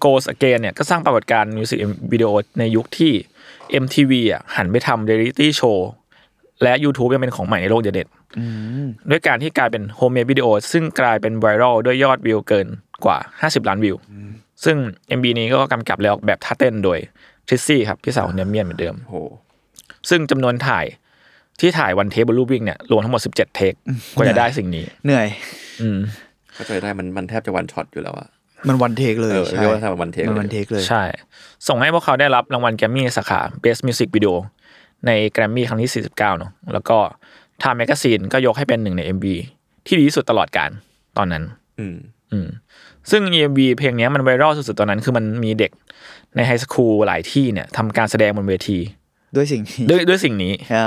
S2: Goes Again เนี่ยก็สร้างปรากฏการณ์มิวสิกวิดีโอในยุคที่ MTV อ่ะหันไปทำเรียลิตี้โชว์และ YouTube ยังเป็นของใหม่ในโลกเด็ดๆด้วยการที่กลายเป็นโฮมเมดวิดีโอซึ่งกลายเป็นไวรัลด้วยยอดวิวเกินกว่า 50 ล้านวิว ซึ่ง MB นี้ก็กำกับและออกแบบท่าเต้นโดยทริซซี่ครับพี่สาวของเนมเมียนเหมือนเดิม
S3: โอ้โห
S2: ซึ่งจำนวนถ่ายที่ถ่ายวันเทปบนรูปวิ่งเนี่ยรวมทั้งหมด 17 เทคกว่าจะได้สิ่งนี้
S4: เหนื่อย
S2: อืม
S3: เข้าใจได้มันมันแทบจะวันช็อตอยู่แล้วอะ
S4: มันวันเทคเล
S3: เอย อ
S4: ใช่
S3: เรียกว่าทำวันเทค
S4: มัน
S3: เล
S4: วัน
S3: ย
S4: เทคเลย
S2: ใช่ ส่งให้พวกเขาได้รับรางวัลแกรมมี่สาขา Best Music Video ในแกรมมี่ครั้งที่ 49 เนอะแล้วก็ Time Magazine ก็ยกให้เป็นหนึ่งใน MV ที่ดีที่สุดตลอดการตอนนั้น
S3: อืม
S2: อืมซึ่ง EMV เพลงเนี้ยมันไวรัลสุดๆ ตอนนั้น คือมันมีเด็กในไฮสคูลหลายที่เนี่ยทำการแสดงบนเวที
S4: ด้วยสิ่งนี้
S2: ด้วยด้วยสิ่งนี้
S4: อ่า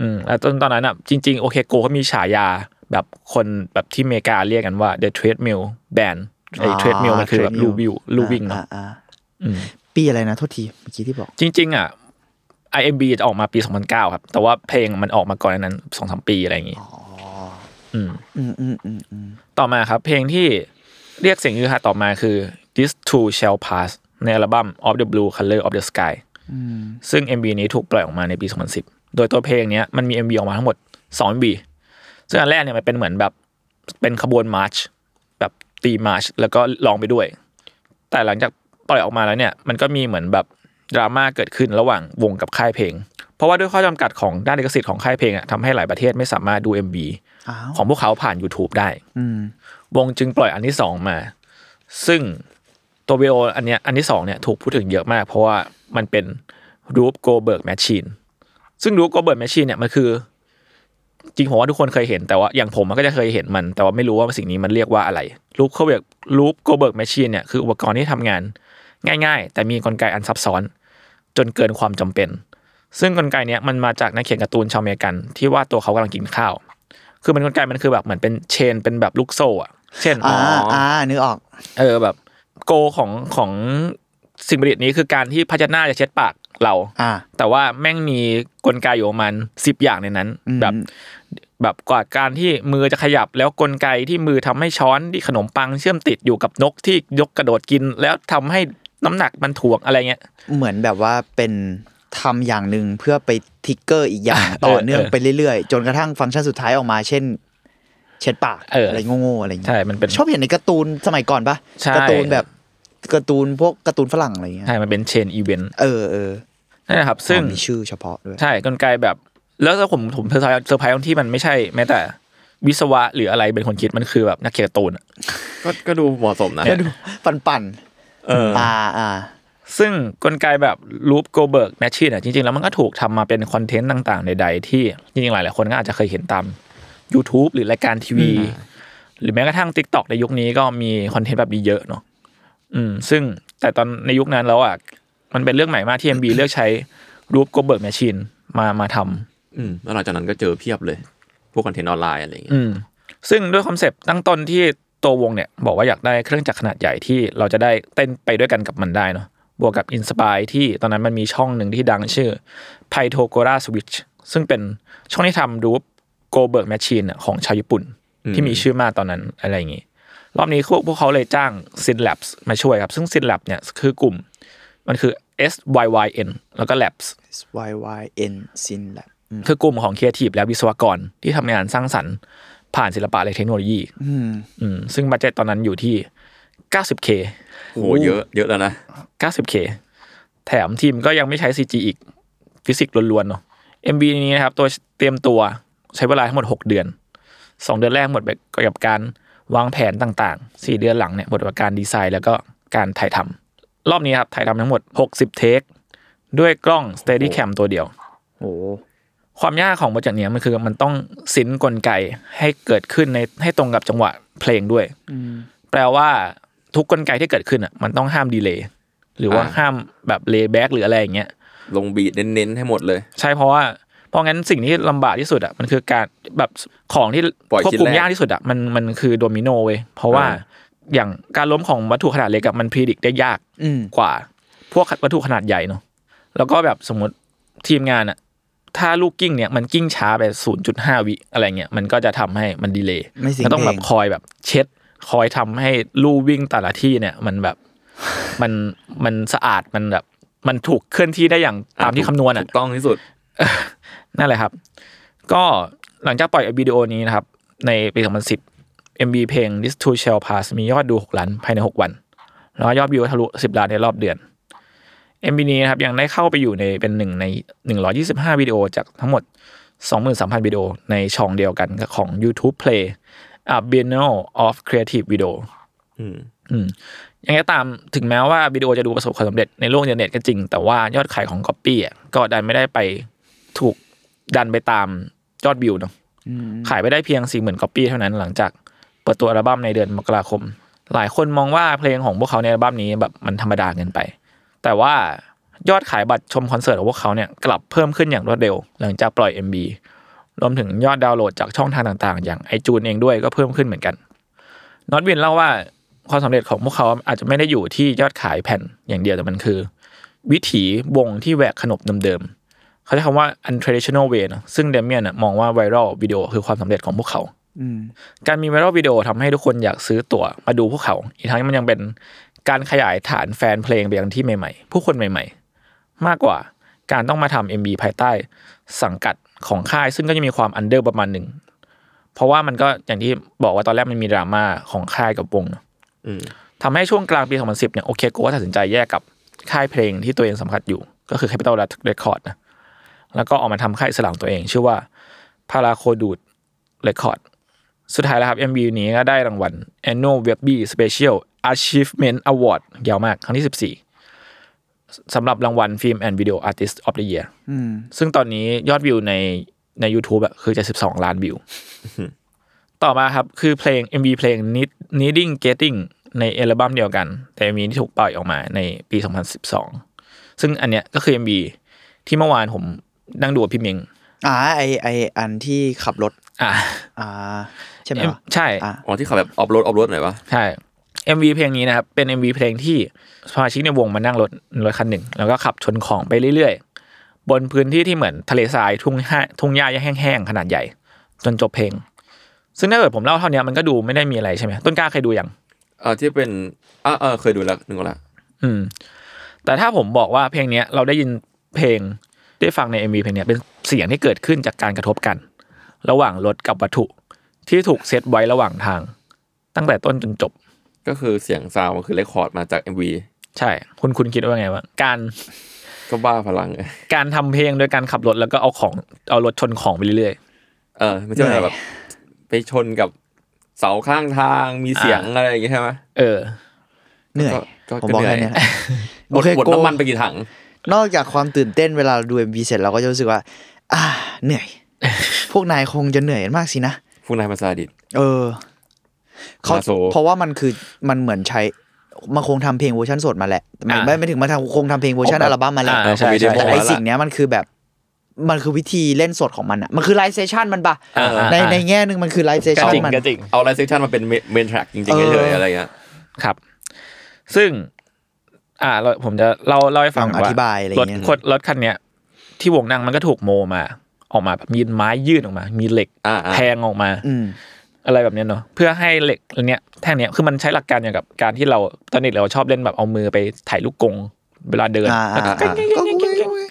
S2: อืมแล้วตอนตอนนั้นอ่ะจริง ๆ โอเคโกเขามีฉายาแบบคนแบบที่อเมริกาเรียกกันว่า The Treadmill Band ไอ้ Treadmill มันคือแบบลูวิวลูวิ่งเนอะ
S4: อ่าอ่า
S2: อืม
S4: ปีอะไรนะโทษทีเมื่อกี้ที่บอก
S2: จริงๆ อ่ะ IMB จะออกมาปี 2009 ครับ แต่ว่าเพลงมันออกมาก่อนนั้นสองสามปีอะไรอย่างงี้อืม
S4: อืมอืมอืมอืม
S2: ต่อมาครับ เพลงที่เรียกเสียงฮือฮาต่อมาคือ This Too Shall Pass ในอัลบั้ม Of the Blue Color of the Sky ซึ่ง MB นี้ถูกปล่อยออกมาในปี 2010 โดยตัวเพลงเนี้ยมันมี MB ออกมาทั้งหมด 2 MB ซึ่งอันแรกเนี่ยมันเป็นเหมือนแบบเป็นขบวนมาร์ชแบบตีมาร์ชแล้วก็ร้องไปด้วย แต่หลังจากปล่อยออกมาแล้วเนี่ยมันก็มีเหมือนแบบดราม่าเกิดขึ้นระหว่างวงกับค่ายเพลง เพราะว่าด้วยข้อจำกัดของด้านลิขสิทธิ์ของค่ายเพลงอะทำให้หลายประเทศไม่สามารถดู MB
S4: อ้าว
S2: ของพวกเขาผ่าน YouTube ได้
S4: อืม
S2: วงจึงปล่อยอันที่สองมา ซึ่งตัววิดีโออันเนี้ยอันที่สองเนี่ยถูกพูดถึงเยอะมาก เพราะว่ามันเป็นรูปโกเบิร์กแมชชีนซึ่งรูปโกเบิร์กแมชชีนเนี่ยมันคือ จริงผมว่าทุกคนเคยเห็นแต่ว่าอย่างผมมันก็จะเคยเห็นมัน แต่ว่าไม่รู้ว่าสิ่งนี้มันเรียกว่าอะไรรูปโกเบิร์กรูปโกเบิร์กแมชชีนเนี่ยคืออุปกรณ์ที่ทำงานง่าย ๆ แต่มีกลไกอันซับซ้อน จนเกินความจำเป็น ซึ่งกลไกเนี้ยมันมาจากนักเขียนการ์ตูนชาวอเมริกัน ที่ว่าตัวเขากำลังกินข้าว คือมันกลไกมันคือแบบเหมือนเป็นเชนเป็นแบบลูกโซ่อะเช่น
S4: อ่าอ่านึกออก
S2: เออแบบโกของของสิ่งประดิษฐ์นี้คือการที่ภาชนะจะเช็ดปากเรา
S4: อ่า
S2: แต่ว่าแม่งมีกลไกอยู่ประมาณสิบอย่างในนั้น
S4: อืม
S2: แบบแบบกว่าการที่มือจะขยับแล้วกลไกที่มือทำให้ช้อนที่ขนมปังเชื่อมติดอยู่กับนกที่ยกกระโดดกิน แล้วทำให้น้ำหนักมันถ่วงอะไรเงี้ย
S4: เหมือนแบบว่าเป็นทำอย่างหนึ่งเพื่อไปทิกเกอร์อีกอย่าง ต่อเนื่อง
S2: เออ
S4: ไปเรื่อยๆ จนกระทั่งฟังก์ชันสุดท้ายออกมา เช่น เช็ดปาก
S2: เอออ
S4: อะไรโง่ๆอะไรอย่างเงี้
S2: ใช่
S4: ย
S2: มันเป็น
S4: ชอบเห็นในการ์ตูนสมัยก่อนปะ
S2: ใช่
S4: การ์ตูนแบบการ์ตูนพวกการ์ตูนฝรั่งอะไรอย่างเงี้ย
S2: ใช่มันเป็นเชนอีเวนต์
S4: เออเออ
S2: นั่นแหละครับ ซึ่ง
S4: อ๋อมีชื่อเฉพาะด้วย
S2: ใช่กลไกแบบ แล้วถ้าผมผมเซอร์ไพรส์เซอร์ไพรส์ตรงที่มันไม่ใช่แม้แต่วิศวะหรืออะไรเป็นคนคิดมันคือแบบนักเขียนการ์ตูนอะ
S3: ก็ก็ดูเหมาะสมนะ
S4: ปันปันเอออ่าอ่า
S2: ซึ่งกลไกแบบลูปโกเบิร์กแมชชีนอ่ะจริงๆ แล้วมันก็ถูกทำมาเป็นคอนเทนต์ต่างๆ ใดๆ ที่จริงๆ หลายๆ คนก็อาจจะเคยเห็นตาม YouTube หรือรายการทีวี หรือแม้กระทั่ง Tik t o อกในยุคนี้ก็มีคอนเทนต์แบบนี้เยอะเนาะอืม ซึ่งแต่ตอนในยุคนั้นแล้วอ่ะมันเป็นเรื่องใหม่มากที่ MB เลือกใช้รูปโกเบิร์กแมชชีนมามาทำ
S3: อืมแล้วหลังจากนั้นก็เจอเพียบเลย พวกคอนเทนต์ออนไลน์อะไรอย่างเงี้ย
S2: อืมซึ่งด้วยคอนเซปต์ตั้งต้นที่ตัววงเนี่ย บอกว่าอยากได้เครื่องจักรขนาดใหญ่ที่เราจะได้เต้นไปด้วยกันกับมันได้เนาะบวกกับอินสปายที่ตอนนั้นมันมีช่องหนึ่งที่ดังชื่อ p y t o g o r a Switch ซึ่งเป็นช่องที่ทำรูป g o b e r g Machine อะของชาวญี่ปุ่น ที่มีชื่อมากตอนนั้นอะไรอย่างงี้ รอบนี้พวกพวกเขาเลยจ้าง s y n Labs มาช่วยครับ ซึ่ง s y n Labs เนี่ยคือกลุ่ม มันคือ S Y Y N แล้วก็ Labs
S4: S Y Y N Sin Lab
S2: คือกลุ่มของครีเอทีฟและวิศวกรที่ทำงานสร้างสรรค์ผ่านศิลปะและเทคโนโลยี
S4: อืม
S2: อืมซึ่งบัจเจตตอนนั้นอยู่ที่ 90k
S3: โหเยอะเยอะแล้วนะ
S2: 90k แถมทีมก็ยังไม่ใช้ CG อีก ฟิสิกส์ล้วนๆเนาะ MB นี้นะครับ ตัวเตรียมตัวใช้เวลาทั้งหมด 6 เดือน 2 เดือนแรกหมดไปกับการวางแผนต่างๆ 4 เดือนหลังเนี่ยหมดกับการดีไซน์แล้วก็การถ่ายทำรอบนี้ครับ ถ่ายทำทั้งหมด 60 เทค ด้วยกล้อง Steadicam ตัวเดียว
S4: โอ้
S2: ความยากของโปรเจกต์เนี้ยมันคือมันต้องสินกลไกให้เกิดขึ้นในให้ตรงกับจังหวะเพลงด้วย แปลว่าทุกกลไกที่เกิดขึ้นอ่ะมันต้องห้ามดีเลย์หรือว่า
S3: อ่า
S2: ห้ามแบบเลย์แบ็กหรืออะไรอย่างเงี้ย
S3: ลงบีดเน้นๆให้หมดเลย
S2: ใช่เพราะว่าเพราะงั้นสิ่งที่ลำบากที่สุดอ่ะมันคือการแบบของที่
S3: ปล่อย
S2: ควบ
S3: ชิ้น
S2: คุม
S3: แรก
S2: ยากที่สุดอ่ะมันมันคือโดมิโนเว้ยเพราะว่า
S3: อ่า
S2: อย่างการล้มของวัตถุขนาดเล็กกับมันพิจิตรได้ยาก
S4: อืม
S2: กว่าพวกวัตถุขนาดใหญ่เนอะแล้วก็แบบสมมติทีมงานอะถ้าลูกกิ้งเนี่ยมันกิ้งช้าไป 0.5 วิอะไรเงี้ยมันก็จะทำให้มันดีเลย์
S4: ไม่สิง
S2: มันต้องแบ
S4: เ
S2: บคอยแบบเช็ด คอยทำให้ลู่วิ่งแต่ละที่เนี่ยมันแบบมันมันสะอาดมันแบบมันถูกเคลื่อนที่ได้อย่างตามที่คำนวณอะ
S3: ถูกต้องที่สุด
S2: นั่นแหละครับ ก็หลังจากปล่อยวิดีโอนี้นะครับ ในปี 2010 MB เพลง This Too Shall Pass มียอดดู 6 ล้านภายใน 6 วัน แล้วยอดวิวทะลุ 10 ล้านในรอบเดือน MB นี้นะครับ ยังได้เข้าไปอยู่ในเป็นหนึ่งใน 125 วิดีโอจากทั้งหมด 23,000 วิดีโอในช่องเดียวกันกับของ YouTube Play a b i n a l of Creative Video
S3: อืม
S2: อืมยังไงก็ตามถึงแม้ว่าวิดีโอจะดูประสบความสำเร็จในโลกอินเทอร์เน็ตก็จริง แต่ว่ายอดขายของก๊อปปี้อ่ะก็ดันไม่ได้ไปถูกดันไปตามยอดวิวเนาะขายไปได้เพียง 4 0,000ก๊อปปี้เท่านั้นหลังจากเปิดตัวอัลบั้มในเดือนมกราคม หลายคนมองว่าเพลงของพวกเขาในอัลบั้มนี้แบบมันธรรมดาเกินไป แต่ว่ายอดขายบัตรชมคอนเสิร์ตของพวกเขาเนี่ยกลับเพิ่มขึ้นอย่างรวดเร็ว หลังจากปล่อย MB รวมถึงยอดดาวน์โหลดจากช่องทางต่างๆ อย่างไอจูนเองด้วยก็เพิ่มขึ้นเหมือนกัน น็อตวินเล่าว่าความสำเร็จของพวกเขาอาจจะไม่ได้อยู่ที่ยอดขายแผ่นอย่างเดียวแต่มันคือ วิถีวงที่แหวกขนบเดิมๆเขาใช้คำว่า untraditional way เนอะซึ่งเดเมียนอะมองว่าไวรัลวิดีโอคือความสำเร็จของพวกเขา
S4: อืม
S2: การมีไวรัลวิดีโอทำให้ทุกคนอยากซื้อตั๋วมาดูพวกเขา อีกทั้งมันยังเป็นการขยายฐานแฟนเพลงไปยังที่ใหม่ๆ ผู้คนใหม่ๆ มากกว่าการต้องมาทำ MB ภายใต้สังกัดของค่าย ซึ่งก็จะมีความอันเดอร์ประมาณหนึ่ง เพราะว่ามันก็อย่างที่บอกว่าตอนแรกมันมีดราม่าของค่ายกับวงเนอะ
S3: อืม
S2: ทำให้ช่วงกลางปี 2010 เนี่ยโอเคกูก็ตัดสินใจแยกกับค่ายเพลงที่ตัวเองสัมผัสอยู่ ก็คือ Capital Record นะแล้วก็ออกมาทำค่ายอิสลังตัวเอง ชื่อว่าพาราโคดูดเรคคอร์ด สุดท้ายแล้วครับ MV นี้ก็ได้รางวัล Annual Webby Special Achievement Award ยาวมากครั้งที่ 14 สำหรับรางวัล Film and Video Artist of the Year
S4: อืม
S2: ซึ่งตอนนี้ยอดวิวในใน YouTube อะคือจะ 12 ล้านวิว ต่อมาครับ คือเพลง MV เพลง Need- Needing Getting ในอัลบั้มเดียวกัน แต่ MV ที่ถูกปล่อยออกมาในปี 2012 ซึ่งอันเนี้ยก็คือ MV ที่เมื่อวานผมนั่งดูกับพี่เมง
S4: อ่าไอไออันที่ขับรถ
S2: อ่า
S4: อ่า ใช่ไหมวะ
S2: ใช่
S4: อ่า
S3: อ๋อที่ขับแบบออฟโรดออฟโรดหน่อยปะ
S2: ใช่ MV เพลงนี้นะครับ เป็น MV เพลงที่สมาชิกในวงมานั่งรถรถคันหนึ่ง แล้วก็ขับชนของไปเรื่อยๆ บนพื้นที่ที่เหมือนทะเลทรายทุ่งห้าทุ่งหญ้าแห้งๆ ขนาดใหญ่ จนจบเพลง ซึ่งถ้าเกิดผมเล่าเท่านี้มันก็ดูไม่ได้มีอะไรใช่ไหมต้นกล้าเคยดูยัง
S3: เออที่เป็นอ่าเออเคยดูแล้วนึกออกละ
S2: อืม แต่ถ้าผมบอกว่าเพลงเนี้ยเราได้ยินเพลงได้ฟังใน MV เพลงเนี้ยเป็นเสียงที่เกิดขึ้นจากการกระทบกัน ระหว่างรถกับวัตถุที่ถูกเซตไว้ระหว่างทาง ตั้งแต่ต้นจนจบ
S3: ก็คือเสียงซาวด์มันคือเรคคอร์ดมาจาก MV
S2: ใช่ คุณคุณคิดว่าไงว่าการ
S3: ก็บ้าพลังไง
S2: การทำเพลงโดยการขับรถแล้วก็เอาของเอารถชนของไปเรื่อย
S3: เออไม่ใช่แบบ ไปชนกับเสาข้างทางมีเสียงอะไรอย่างเงี้ยใช่ไหม
S2: ๆ เออ
S4: เหนื่อย
S3: ก็ก็
S4: ผม
S3: ก็
S4: บอก
S3: เหนื่อ
S4: แค่
S3: ย
S4: เนี้ย
S3: หมด
S4: โอเค
S3: หมด
S4: โก
S3: น้ำมันไปกี่ถัง
S4: นอกจากความตื่นเต้นเวลาเราดู MV เสร็จเราก็จะรู้สึกว่า อ่า เห นื่อย พวกนายคงจะเหนื่อยมากสินะ
S3: พวกนายมาซาดิส
S4: เออเขา
S3: มาโซ
S4: เพราะว่ามันคือมันเหมือนใช้มันคงทำเพลงเวอร์ชันสดมาแหละไม่
S2: อ่า
S4: ไม่ไม่ถึงมาทำคงทำเพลงเวอร์ชัน
S2: อ๋อ
S4: อั
S2: แบบ
S4: ลบั้มมาแหละ
S2: อ่าใช่
S3: ใช่
S4: แต่ไอ
S3: ใช่
S4: สิ่งเนี้ยมันคือแบบมันคือวิธีเล่นสดของมันอ่ะ มันคือไลฟ์เซชันมันปะ
S2: อ่าอ่า
S4: ใน
S2: อ่า
S4: ในแง่หนึ่งมันคือไลฟ์เซ
S2: ก็
S4: ชัน
S2: จริง
S4: มัน
S2: ก็จริง
S3: เอาไลท์เซชันมาเป็นเมนแทร็กจริง
S4: เออ
S3: ๆเฉยๆอะไรเงี้ย
S2: ครับ ซึ่ง อ่าเราผมจะเล่าเล่าให้ฟัง
S4: ลอง
S2: ว่
S4: อธิบายอะไร
S2: รถ
S4: เงี้ย
S2: คนรถคันเนี้ยที่วงนั่งมันก็ถูกโมมา ออกมาแบบมีไม้ยื่นออกมา มีเหล็ก
S3: อ่าอ่า
S2: แทงออกมา
S4: อืม
S2: อะไรแบบเนี้ยเนาะเพื่อให้เหล็กอันเนี้ยแท่งเนี้ยคือมันใช้หลักการอย่างกับการที่เราตอนเด็กเราชอบเล่นแบบเอามือไปถ่ายลูกกงเวลาเดิน
S4: อ่า
S2: แล้วก็
S4: อ่า
S2: เก้งเก้ง
S4: ก็
S2: เก้ง
S4: กู
S2: เก้ง
S4: ไง
S2: เก้ง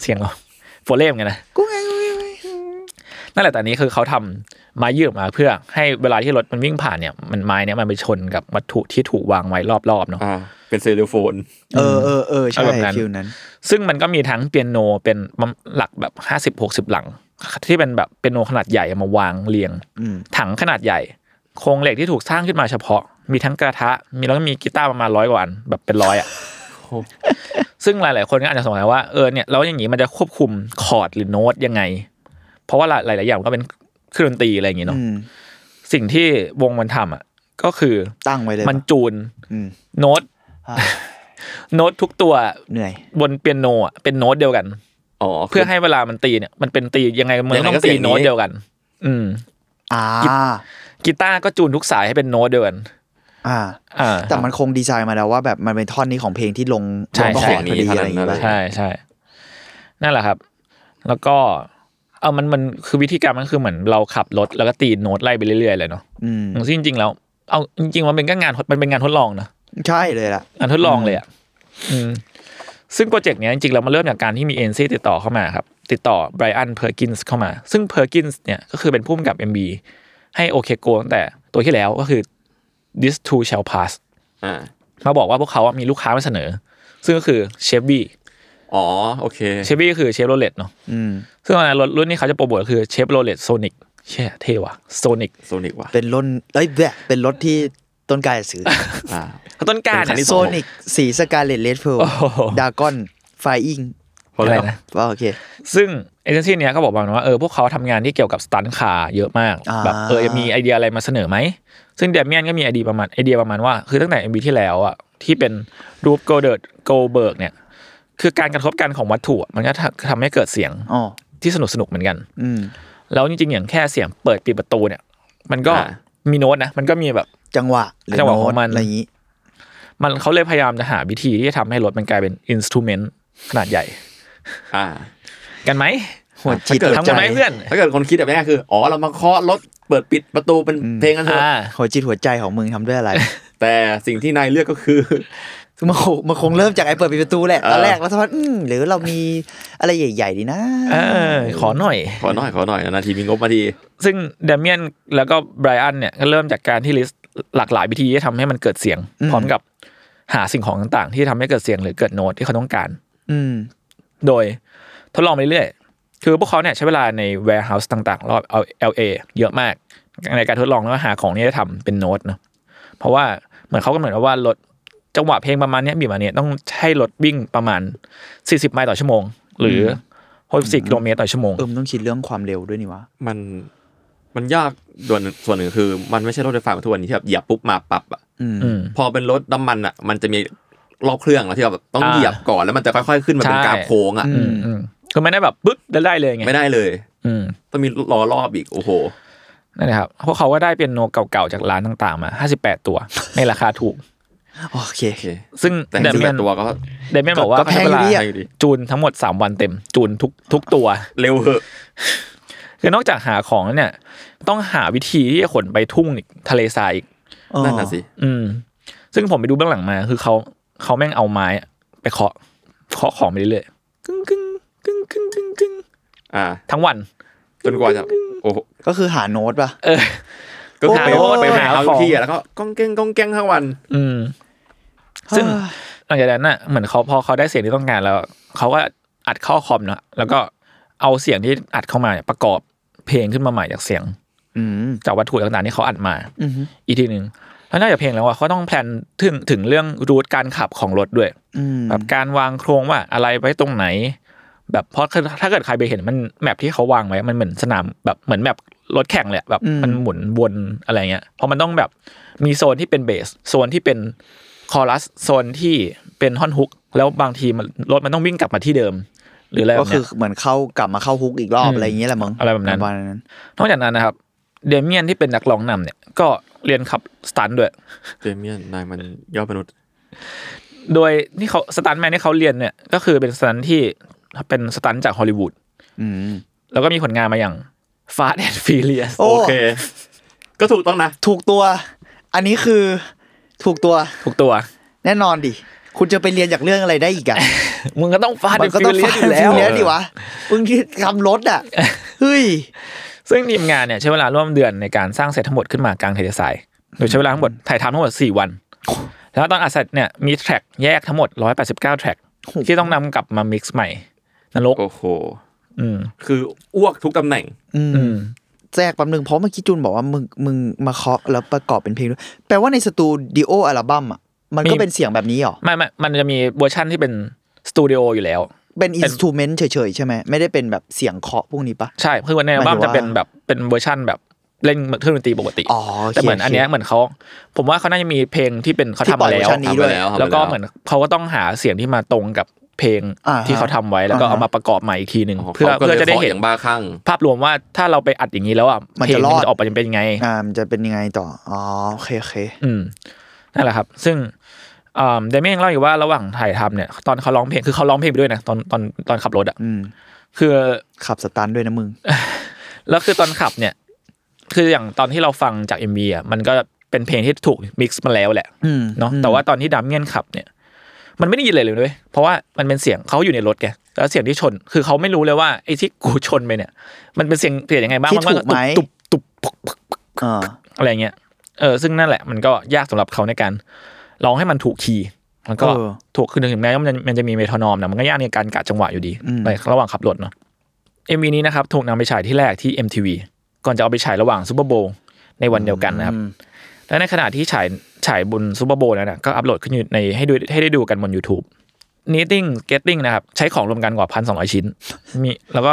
S2: เสียงเหรอโฟเล่มไงนะ
S4: กูไงกูไง
S2: นั่นแหละแต่อันนี้คือเขาทำไม้ยืดออกมาเพื่อให้เวลาที่รถมันวิ่งผ่านเนี่ยมันไม้เนี่ยมันไปชนกับวัตถุที่ถูกวางไว้รอบๆเนาะ
S3: อ่า เป็นเซลโฟน
S4: เออเออเออใช่
S2: เอาแบบนั้น
S4: ฟิลนั้น
S2: ซึ่งมันก็มีทั้งเปียโนเป็นหลักแบบห้าสิบหกสิบหลัง ที่เป็นแบบเปียโนขนาดใหญ่เอามาวางเรียง
S4: อืม
S2: ถังขนาดใหญ่ โครงเหล็กที่ถูกสร้างขึ้นมาเฉพาะ มีทั้งกระทะ มีแล้วก็มีกีตาร์ประมาณร้อยกว่าอันแบบเป็นร้อยอ่ะ ซึ่งหลาย ๆ คนก็อาจจะสงสัยว่าเออเนี่ยแล้วอย่างนี้มันจะควบคุมคอร์ดหรือโน้ตยังไง เพราะว่าหลาย ๆ อย่างมันก็เป็นเครื่องดนตรีอะไรอย่างงี้เนาะ
S4: อืม
S2: สิ่งที่วงมันทำอ่ะก็คือ
S4: ตั้งไว้เลย
S2: มัน
S4: ปะ
S2: จูน
S4: อืม
S2: โน้ต
S4: อ่า
S2: โน้ตทุกตัว
S4: เหนื่อย
S2: บนเปียโนอ่ะเป็นโน้ตเดียวกัน
S3: อ๋อ
S2: เพื่อให้เวลามันตีเนี่ยมันเป็นตียังไงมัน
S3: ยังไง
S2: ต้อ
S3: ก็
S2: ง
S3: เสี
S2: ตี
S3: ยงนี้
S2: โน้ตเดียวกัน อืม
S4: อ่า
S2: กีตาร์ก็จูนทุกสายให้เป็นโน้ตเดียวกัน
S4: อ่า
S2: อ่า
S4: แต่มันคงดีไซน์มาแล้วว่าแบบมันเป็นท่อนนี้ของเพลงที่ลง
S2: ใช่
S4: ลง
S3: ใช่
S4: ก่อนพอดี
S3: เท่า
S4: อะ
S3: นั้
S4: ไร
S3: น
S4: อย่างเงี้ย
S3: นั่นแหละ
S4: ปะ
S2: ใช่ใช่นั่นแหละครับ แล้วก็ เอามันมันคือวิธีการมันคือเหมือนเราขับรถแล้วก็ตีโน้ตไล่ไปเรื่อยๆเลยเนาะ
S4: อืม
S2: ซึ่งจริงๆแล้วเอาจริงๆมันเป็นก็งานทดมันเป็นงานทดลองนะ
S4: ใช่เลยล่ะ
S2: งานทดลองเลยอ่ะอืมซึ่งโปรเจกต์เนี้ยจริงๆแล้วมันเริ่มจากการที่มีเอ็นซีติดต่อเข้ามาครับ ติดต่อไบรอันเพอร์กินส์เข้ามา ซึ่งเพอร์กินส์เนี่ยก็คือเป็นผู้กำกับ MB ให้โอเคโกตั้งแต่ตัวที่แล้วก็คือ this too shall pass
S3: อ่า
S2: มาบอกว่าพวกเขาอะมีลูกค้ามาเสนอ ซึ่งก็คือเชฟบี้
S3: อ๋อ โอเค
S2: เชฟบี้คือเชฟโรเลตเนาะ
S4: อืม
S2: ซึ่งตอนนั้นรถรุ่นนี้เขาจะโปรโมทคือเชฟโรเลตโซนิกเช่ยเท่ว่ะโซนิก
S3: โซนิกว่ะ
S4: เป็นรถเอ้ยแบบเป็นรถที่ต้นกายซื้อ
S3: อ่า
S2: ต้นกล้าร
S3: เป็นคัน
S2: เนี่
S3: ที่
S2: ย
S4: โซ
S3: สอง
S4: นิกสีสกาเลตเลดเพิร์ล
S2: โอ้โห
S4: ดากอนไฟอิง
S3: พอ
S2: อะ
S3: แล้
S2: ไร
S3: ว
S2: นะ
S4: ว่าโอเค
S2: ซึ่งเอเจนซี่เนี้ยก็บอกประมาณว่าเออพวกเขาทำงานที่เกี่ยวกับสตันคาร์เยอะมาก
S4: อ่า
S2: แบบเออมีไอเดียอะไรมาเสนอไหม ซึ่งเดเมียนก็มีไอเดียประมาณไอเดียประมาณว่า คือตั้งแต่ MB ที่แล้วอ่ะที่เป็นรูปโกเดิร์ดโกเบิร์กเนี่ย คือการกระทบกันของวัตถุอะมันก็ทำให้เกิดเสียง
S4: อ๋อ
S2: ที่สนุกสนุกๆเหมือนกัน
S4: อืม
S2: แล้วจริงๆอย่างแค่เสียงเปิดปิดประตูเนี่ย มันก็
S3: อ่า
S2: มีโน้ตนะมันก็มีแบบ
S4: จังหวะหรือ
S2: จังหวะ
S4: โน้
S2: ขอ
S4: ต
S2: งมัน
S4: อะไรอย่างนี้
S2: มันเขาเลยพยายามจะหาวิธีที่จะทำให้รถมันกลายเป็นอินสตูเมนต์ขนาดใหญ่
S3: อ่า
S2: กันไหม
S4: หัวจิต
S3: ถ้าเกิด
S2: ทำกันไหมเพื่อน
S3: ถ้าเกิดคนคิดแบบนี้คือ อ๋อ เรามาเคาะรถ เปิดปิดประตูเป็นเพลงกันเถอะ
S2: อ่า
S4: หัวจิตหัวใจของมึงทำด้ว ยอะไร
S3: แต่สิ่งที่นายเลือกก็คือ
S4: คือมันคงมันคงเริ่มจากไอ้เปิดปิดประตูแหละ
S3: เออ
S4: ตอนแรกแล้วสักพักอืมหรือเรามีอะไรใหญ่ ๆ ดีนะ
S2: เออขอหน่อย
S3: ขอหน่อย ขอหน่อย นาทีมีงบมาที
S2: ซึ่งเดเมียนแล้วก็ไบรอันเนี่ยก็เริ่มจากการที่ลิสต์หลากหลายวิธีที่จะทำให้มันเกิดเสียง พร้อมกับหาสิ่งของต่างๆ ที่ทำให้เกิดเสียงหรือเกิดโน้ตที่เขาต้องการ
S4: อืม
S2: โดยทดลองไปเรื่อยๆ คือพวกเขาเนี่ยใช้เวลาใน warehouse ต่างๆ รอบ LA เยอะมาก ในการทดลองแล้วก็หาของที่จะทำเป็นโน้ตเนาะ เพราะว่าเหมือนเขากำหนดไว้ว่ารถจังหวะเพลงประมาณเนี้ยบีบมาเนี่ยต้องให้รถวิ่งประมาณ 40 ไมล์ต่อชั่วโมง หรือ 64 กิโลเมตรต่อชั่วโมง
S4: เออมนต้องคิดเรื่องความเร็วด้วยนี่วะ
S3: มัน มันยากส่วนหนึ่งส่วนหนึ่งคือ มันไม่ใช่รถไฟฟ้าเหมือนทุกวันนี้ที่แบบเหยียบปุ๊บมาปรับอะ
S4: อืม
S2: อืม
S3: พอเป็นรถน้ำมันอะมันจะมีรอบเครื่องแล้วที่แบบต้อง
S2: อ่า
S3: เหยียบก่อนแล้วมันจะค่อย ๆ ขึ้นมาเป็น
S2: ใช่
S3: กราฟโค้งอะ
S4: อื
S2: อืมอืมคือไม่ได้แบบปึ๊บแล้วได้เลยไง
S3: ไม่ได้เลย
S2: อืม
S3: ต้องมีล้อรอบอีก โอ้โห
S2: นั่นแหละครับ พวกเขาก็ได้เป็นโนตเก่าๆจากร้านต่างๆ มา 58 ตัว ในราคาถูก
S4: โอเค
S3: โอเค
S2: ซึ่ง
S3: แต่
S2: เด
S3: ที่
S2: เมียน
S3: ตัวก็
S2: เดเมียนบอกว่า
S4: ก็แพงอยู่ดีอะ
S3: อยู่ดี
S2: จูนทั้งหมด 3 วันเต็ม จูนทุกทุกตัว
S3: เร็วเหอะ
S2: คือนอกจากหาของแล้วเนี่ย ต้องหาวิธีที่จะขนไปทุ่งอีกทะเลทรายอีก
S4: อ๋อ
S3: นั่นน่ะสิ
S2: อืม ซึ่งผมไปดูเบื้องหลังมา คือเขาเขาแม่งเอาไม้อะไปเคาะเคาะของไปเรื่อยๆกึ้งกึ้งกึ้งกึ้งกึ้งกึ้ง
S3: อ่า
S2: ทั้งวัน
S3: จนกว่าจะ โอ้โห
S4: ก็คือหาโน้ตป่ะ
S2: เออ
S3: ก็คือไป
S2: โอ้ย
S3: ไปหา
S2: หา
S3: เอา
S2: ของ
S3: ที่อะแล้วก็ก้องแก้งก้องแก้งทั้งวัน
S2: อืม ซึ่งหลังจากนั้นน่ะเหมือนเขาพอเขาได้เสียงที่ต้องการแล้ว เขาก็อัดเข้าคอมเนอะแล้วก็เอาเสียงที่อัดเข้ามาเนี่ยประกอบเพลงขึ้นมาใหม่จากเสียง
S4: อืม
S2: จากวัตถุต่างๆที่เขาอัดมา
S4: อืม
S2: อีกทีหนึ่งแล้วนอกจากเพลงแล้วอ่ะเขาต้องแพลนถึงถึงเรื่องรูทการขับของรถด้วย
S4: อืม
S2: แบบการวางโครงว่าอะไรไว้ตรงไหน แบบเพราะถ้าเกิดใครไปเห็นมันแมปที่เขาวางไว้ มันเหมือนสนามแบบเหมือนแมปรถแข่งเลยอะแบบมันหมุนวนอะไรเงี้ยเพราะมันต้องแบบมีโซนที่เป็นเบสโซนที่เป็นคอรัสโซนที่เป็นท่อนฮุก แล้วบางทีมันรถมันต้องวิ่งกลับมาที่เดิม หรืออะไรแบ
S4: ก็
S2: บ
S4: คื
S2: เนี้
S4: อย เหมือนเข้ากลับมาเข้าฮุกอีกรอบ
S2: อืม
S4: อะไรอย่างเงี้ยแหละมึง
S2: อะไรแบบนั้น
S4: ประมาณนั้น
S2: นอกจากนั้นนะครับเดเมียนที่เป็นนักร้องนำเนี่ยก็เรียนขับสตันท์ด้วย
S3: เดเมียนนายมันยอดมนุษย์
S2: โดยที่เขาสตันท์แมนที่เขาเรียนเนี่ยก็คือเป็นสตันท์ที่เป็นสตันท์จากฮอลลีวูด
S4: อืม
S2: แล้วก็มีผลงานมาอย่าง Fast and Furious
S4: โอ้
S3: โอเค ก็ถูกต้องนะ
S4: ถูกตัว อันนี้คือถูกตัว
S2: ทุกตัว
S4: แน่นอนดิ คุณจะไปเรียนจากเรื่องอะไรได้อีกอะ
S2: มึงก็ต้องฟาด
S4: มันก็ต้อง
S2: เรียนอ
S4: ฟัง
S2: ยู่แล้ว
S4: แล้วดิวะมึงที่ทำรถอ่ะ เฮ้ย
S2: ซึ่งทีมงานเนี่ยใช้เวลาร่วมเดือนในการสร้างเสร็จทั้งหมดขึ้นมากลางทะเลทรายโดยใช้เวลาทั้งหมดถ่ายทำทั้งหมด 4 วัน แล้วตอนอัดเสร็จเนี่ยมีแทร็กแยกทั้งหมด 189 แทร็กที่ต้องนำกลับมามิกซ์ใหม่นรก
S3: โอ้โห
S2: อืม
S3: คืออ้วกทุกตำแหน่ง
S4: อืม
S2: อืม
S4: แจกแป๊บนึงเพราะเมื่อกี้จูนบอกว่ามึงมึงมาเคาะแล้วประกอบเป็นเพลงด้วยแปลว่าในสตูดิโออัลบั้มอ่ะมันก็เป็นเสียงแบบนี้เหรอ
S2: ไม่ไม่มันจะมีเวอร์ชั่นที่เป็นสตูดิโออยู่แล้ว
S4: เป็นอินสตูเมนต์เฉยๆใช่ไหมไม่ได้เป็นแบบเสียงเคาะพวกนี้ปะ
S2: ใช่คือในอัลบั้ม
S4: หมายถึงว่า
S2: จะเป็นแบบเป็นเวอร์ชั่นแบบเล่นเครื่องดนตรีปกติ
S4: อ๋อโค
S2: แต่เหมือนอันเนี้ย
S4: โค
S2: เหมือนเขาผมว่าเขาน่าจะมีเพลงที่เป็นเขา
S4: ที่
S2: ทำ
S4: ปล่อ
S2: มาย แล้ว
S4: เวอร์ชันนี้ด้วย
S2: ทำมาแล้วแล้วก็เหมือนเขาก็ต้องหาเสียงที่มาตรงกับเพลง
S4: อ่าฮะ
S2: ที่เขาทำไว้แล้วก็
S4: อ่าฮะ
S2: เอามาประกอบใหม่อีกทีหนึ่งเพื่อ
S3: ขาก็ล
S2: เพื่อยจะได้
S3: คา
S2: เห็น
S3: อย่างบ้าคลั่ง
S2: ภาพรวมว่าถ้าเราไปอัดอย่างนี้แล้วอ่ะ
S4: มัน
S2: เพล
S4: จะ
S2: ง
S4: รอด
S2: มันจะออกไปเป็นยังไง
S4: อ่ามันจะเป็นยังไงต่ออ๋อโอเคโอเค
S2: อืมนั่นแหละครับ ซึ่งเดเมียงเล่าอยู่ว่าระหว่างถ่ายทำเนี่ย ตอนเขาร้องเพลงคือเขาร้องเพลงไปด้วยนะตอนตอนตอนขับรถอ่ะ
S4: อืม
S2: คือ
S4: ขับสตันด้วยนะมึง
S2: แล้วคือตอนขับเนี่ย คืออย่างตอนที่เราฟังจาก MV อ่ะมันก็เป็นเพลงที่ถูกมิกซ์มาแล้วแหละ
S4: อืม
S2: เนาะ
S4: อืม
S2: แต่ว่าตอนที่ดัมเมียนขับเนี่ย มันไม่ได้ยินเลยเลยด้วยเพราะว่ามันเป็นเสียงเขาอยู่ในรถแกแล้วเสียงที่ชน คือเขาไม่รู้เลยว่าไอ้ที่กูชนไปเนี่ย มันเป็นเสียงเสียงยังไงบ้าง
S4: ที่
S2: มันก็
S4: ถูกไหม
S2: ตุบตุบตุบปึกปึก
S4: อ่า
S2: อะไรเงี้ยเออซึ่งนั่นแหละมันก็ยากสำหรับเขาในการร้องให้มันถูกคีย์มันก็
S4: เออ
S2: ถูกคือถึงแม้ว่ามันจะมันจะมีเมโทรนอมนะมันก็ยากในการกะจังหวะอยู่ดี
S4: อืม
S2: ในระหว่างขับรถเนาะเอ็มวีนี้นะครับถูกนำไปฉายที่แรกที่ MTV ก่อนจะเอาไปฉายระหว่างซูเปอร์โบว์ในวันเดียวกันนะครับ
S4: อืม
S2: และในขณะที่ฉายฉายบนซูเปอร์โบว์นั้นนะก็อัปโหลดขึ้นอยู่ในให้ดูให้ได้ดูกันบน YouTube n e t t i n g Getting นะครับ ใช้ของรวมกันกว่าพันสองร้อยชิ้น มีแล้วก็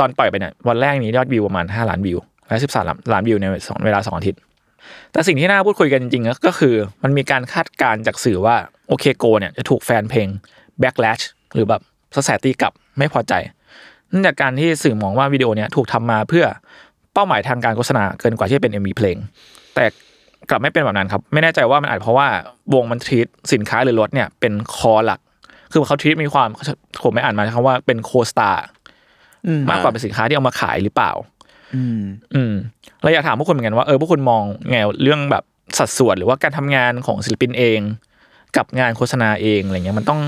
S2: ตอนปล่อยไปเนี่ยวันแรกมียอดวิวประมาณ 5 ล้านวิว และ 13 ล้านล้านวิวในสองเวลา 2 อาทิตย์ แต่สิ่งที่น่าพูดคุยกันจริงๆ ก็คือมันมีการคาดการณ์จากสื่อว่าโอเคโกเนี่ยจะถูกแฟนเพลง backlash หรือแบบสแสตีกลับไม่พอใจเนื่องจากการที่สื่อมองว่าวิดีโอเนี่ยถูกทำมาเพื่อเป้าหมายทางการโฆษณาเกินกว่าที่จะเป็น MV เพลง แต่กลับไม่เป็นแบบนั้นครับ ไม่แน่ใจว่ามันอาจเพราะว่าวงมันทรีตสินค้าหรือรถเนี่ยเป็นคอหลัก คือเขาทรีตมีความผมไม่อ่านมาคำว่าเป็นโคสตาร์
S4: อืม
S2: มากกว่าเป็นสินค้าที่เอามาขายหรือเปล่า
S4: อืม
S2: อืมเราอยากถามพวกคุณเหมือนกันว่าเออพวกคุณมองไงเรื่องแบบสัดส่วนหรือว่าการทำงานของศิลปินเอง กับงานโฆษณาเองอะไรเงี้ยมันต้อง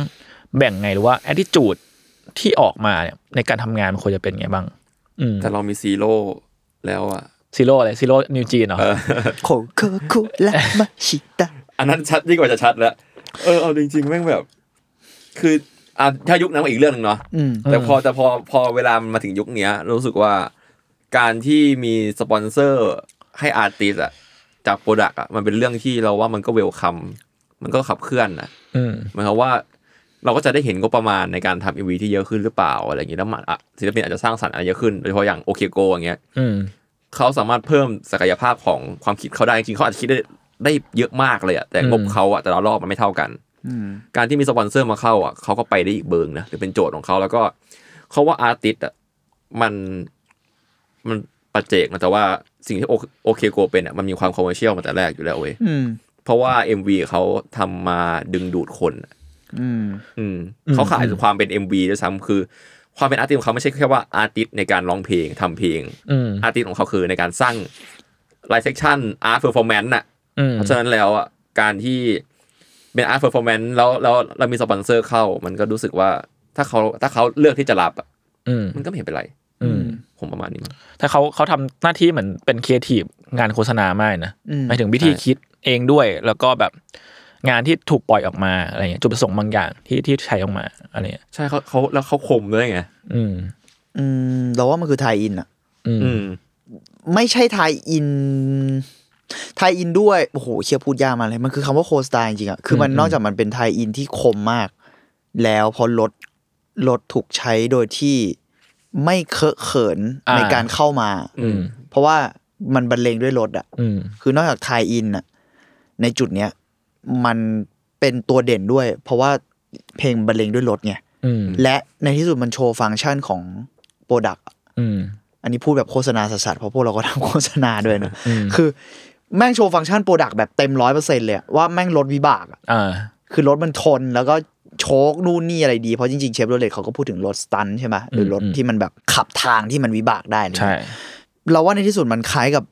S2: แบ่งไงหรือว่าแอดดิจูดที่ออกมาเนี่ยในการทำงานมันควรจะเป็นไงบ้าง อืม
S3: แต่เรามีซีโร่แล้วอ่ะ
S2: ซีโร่อะไรซีโร่นิวจีนเหรอ
S3: เออ
S4: โคโคคุระมาชิตะ
S3: อันนั้นชัดยิ่งกว่าจะชัดแล้วเออเอาจริงๆแม่งแบบ คืออ่ะถ้ายุคนั้นก็อีกเรื่องหนึ่งเนาะ
S4: อืม
S3: แต่
S2: อืม
S3: พอแต่พอพอเวลามันมาถึงยุคเนี้ย รู้สึกว่าการที่มีสปอนเซอร์ให้อาร์ติสอะจากโปรดักอะมันเป็นเรื่องที่เราว่ามันก็เวลคัมมันก็ขับเคลื่อนนะ
S2: อืม
S3: หมายความว่าเราก็จะได้เห็นงบประมาณในการทำเอวีที่เยอะขึ้นหรือเปล่าอะไรอย่างนี้แล้วมันอ่ะศิลปินอาจจะสร้างสรรค์อะไรเยอะขึ้นโดยเฉพาะอย่างโอเคโกอย่างเงี้ย
S2: อืม
S3: เขาสามารถเพิ่มศักยภาพของความคิดเขาได้จริงๆเขาอาจจะคิดได้ได้เยอะมากเลยอะแต่ง
S2: อื
S3: บ
S2: ม
S3: เขาอะแต่ละรอบมันไม่เท่ากัน
S4: อืม
S3: การที่มีสปอนเซอร์มาเข้าอ่ะเขาก็ไปได้อีกเบิงนะหรือเป็นโจทย์ของเขาแล้วก็เขาว่าอาร์ติสต์อ่ะมันมันปัจเจกนะแต่ว่าสิ่งที่โอเคโกเป็นอ่ะมันมีความคอมเมอร์เชียลมาแต่แรกอยู่แล้วเว้ย
S4: อืม
S3: เพราะว่า MV เขาทำมาดึงดูดคนอะ
S4: อืม
S3: อืม
S2: อืม
S3: เขาขาย
S2: อืม
S3: ความเป็น MV ด้วยซ้ำคือ ความเป็นอาร์ติสของเขาไม่ใช่แค่ว่าอาร์ติสในการร้องเพลงทำเพลง
S2: อืม
S3: อาร์ติสของเขาคือในการสร้างไลฟ์เซ c ชั o นอาร์ตเพอร์ฟอร์แมนต์น่ะ
S2: อืม
S3: เพราะฉะนั้นแล้วอ่ะการที่เป็นอาร์ตเพอร์ฟอร์แมนต์แล้วแล้วเรามีสปอนเซอร์เข้า มันก็รู้สึกว่าถ้าเขาถ้าเขาเลือกที่จะรับอ่ะ
S2: อืม
S3: มันก็ไม่เห็นเป็นไร
S2: อืม
S3: ผมประมาณนี้มั้ง
S2: แต่เขาเขาทำหน้าที่เหมือนเป็นครีเอทีฟงานโฆษณามากเลยนะ
S4: อืม
S2: หมายถึงวิธีคิดเองด้วย แล้วก็แบบงานที่ถูกปล่อยออกมาอะไรเงี้ยจุดประสงค์บางอย่างที่ที่ใช้ออกมาอะไรเงี้ย
S3: ใช่เขาเขาแล้วเขาคมด้วยไง
S2: อืม
S4: อืม เราว่ามันคือไทยอินอะ
S2: อืม
S3: อืม
S4: ไม่ใช่ไทยอิน ไทยอินด้วย โอ้โหเชี่ยพูดยากมากเลย มันคือคำว่าโคสไตล์จริงๆอะคือมัน
S2: อืม
S4: นอกจากมันเป็นไทยอินที่คมมาก แล้วพอรถรถถูกใช้โดยที่ไม่เคอะเขินในการเข้ามา
S3: อืม
S4: เพราะว่ามันบรรเลงด้วยรถอะ
S2: อืม
S4: คือนอกจากไทยอินอะในจุดเนี้ยมันเป็นตัวเด่นด้วย เพราะว่าเพลงบรรเลงด้วยรถไง
S2: อืม
S4: และในที่สุดมันโชว์ฟังก์ชันของโปรดัก
S2: อืม
S4: อันนี้พูดแบบโฆษณาสัสๆเพราะพวกเราก็ทำโฆษณาด้วยนะ
S2: อืม
S4: คือแม่งโชว์ฟังก์ชันโปรดักแบบเต็มร้อยเปอร์เซ็นต์เลยอะว่าแม่งรถวิบากอะ
S2: อ่า
S4: คือรถมันทนแล้วก็โชกนู่นนี่อะไรดี เพราะจริงๆเชฟโรเลตเขาก็พูดถึงรถสตันท์ใช่ไหมหรือรถ
S2: อืม
S4: ที่มันแบบขับทางที่มันวิบากได้อะไรเงี้ย
S2: ใช่
S4: เราว่าในที่สุดมันคล้ายกับ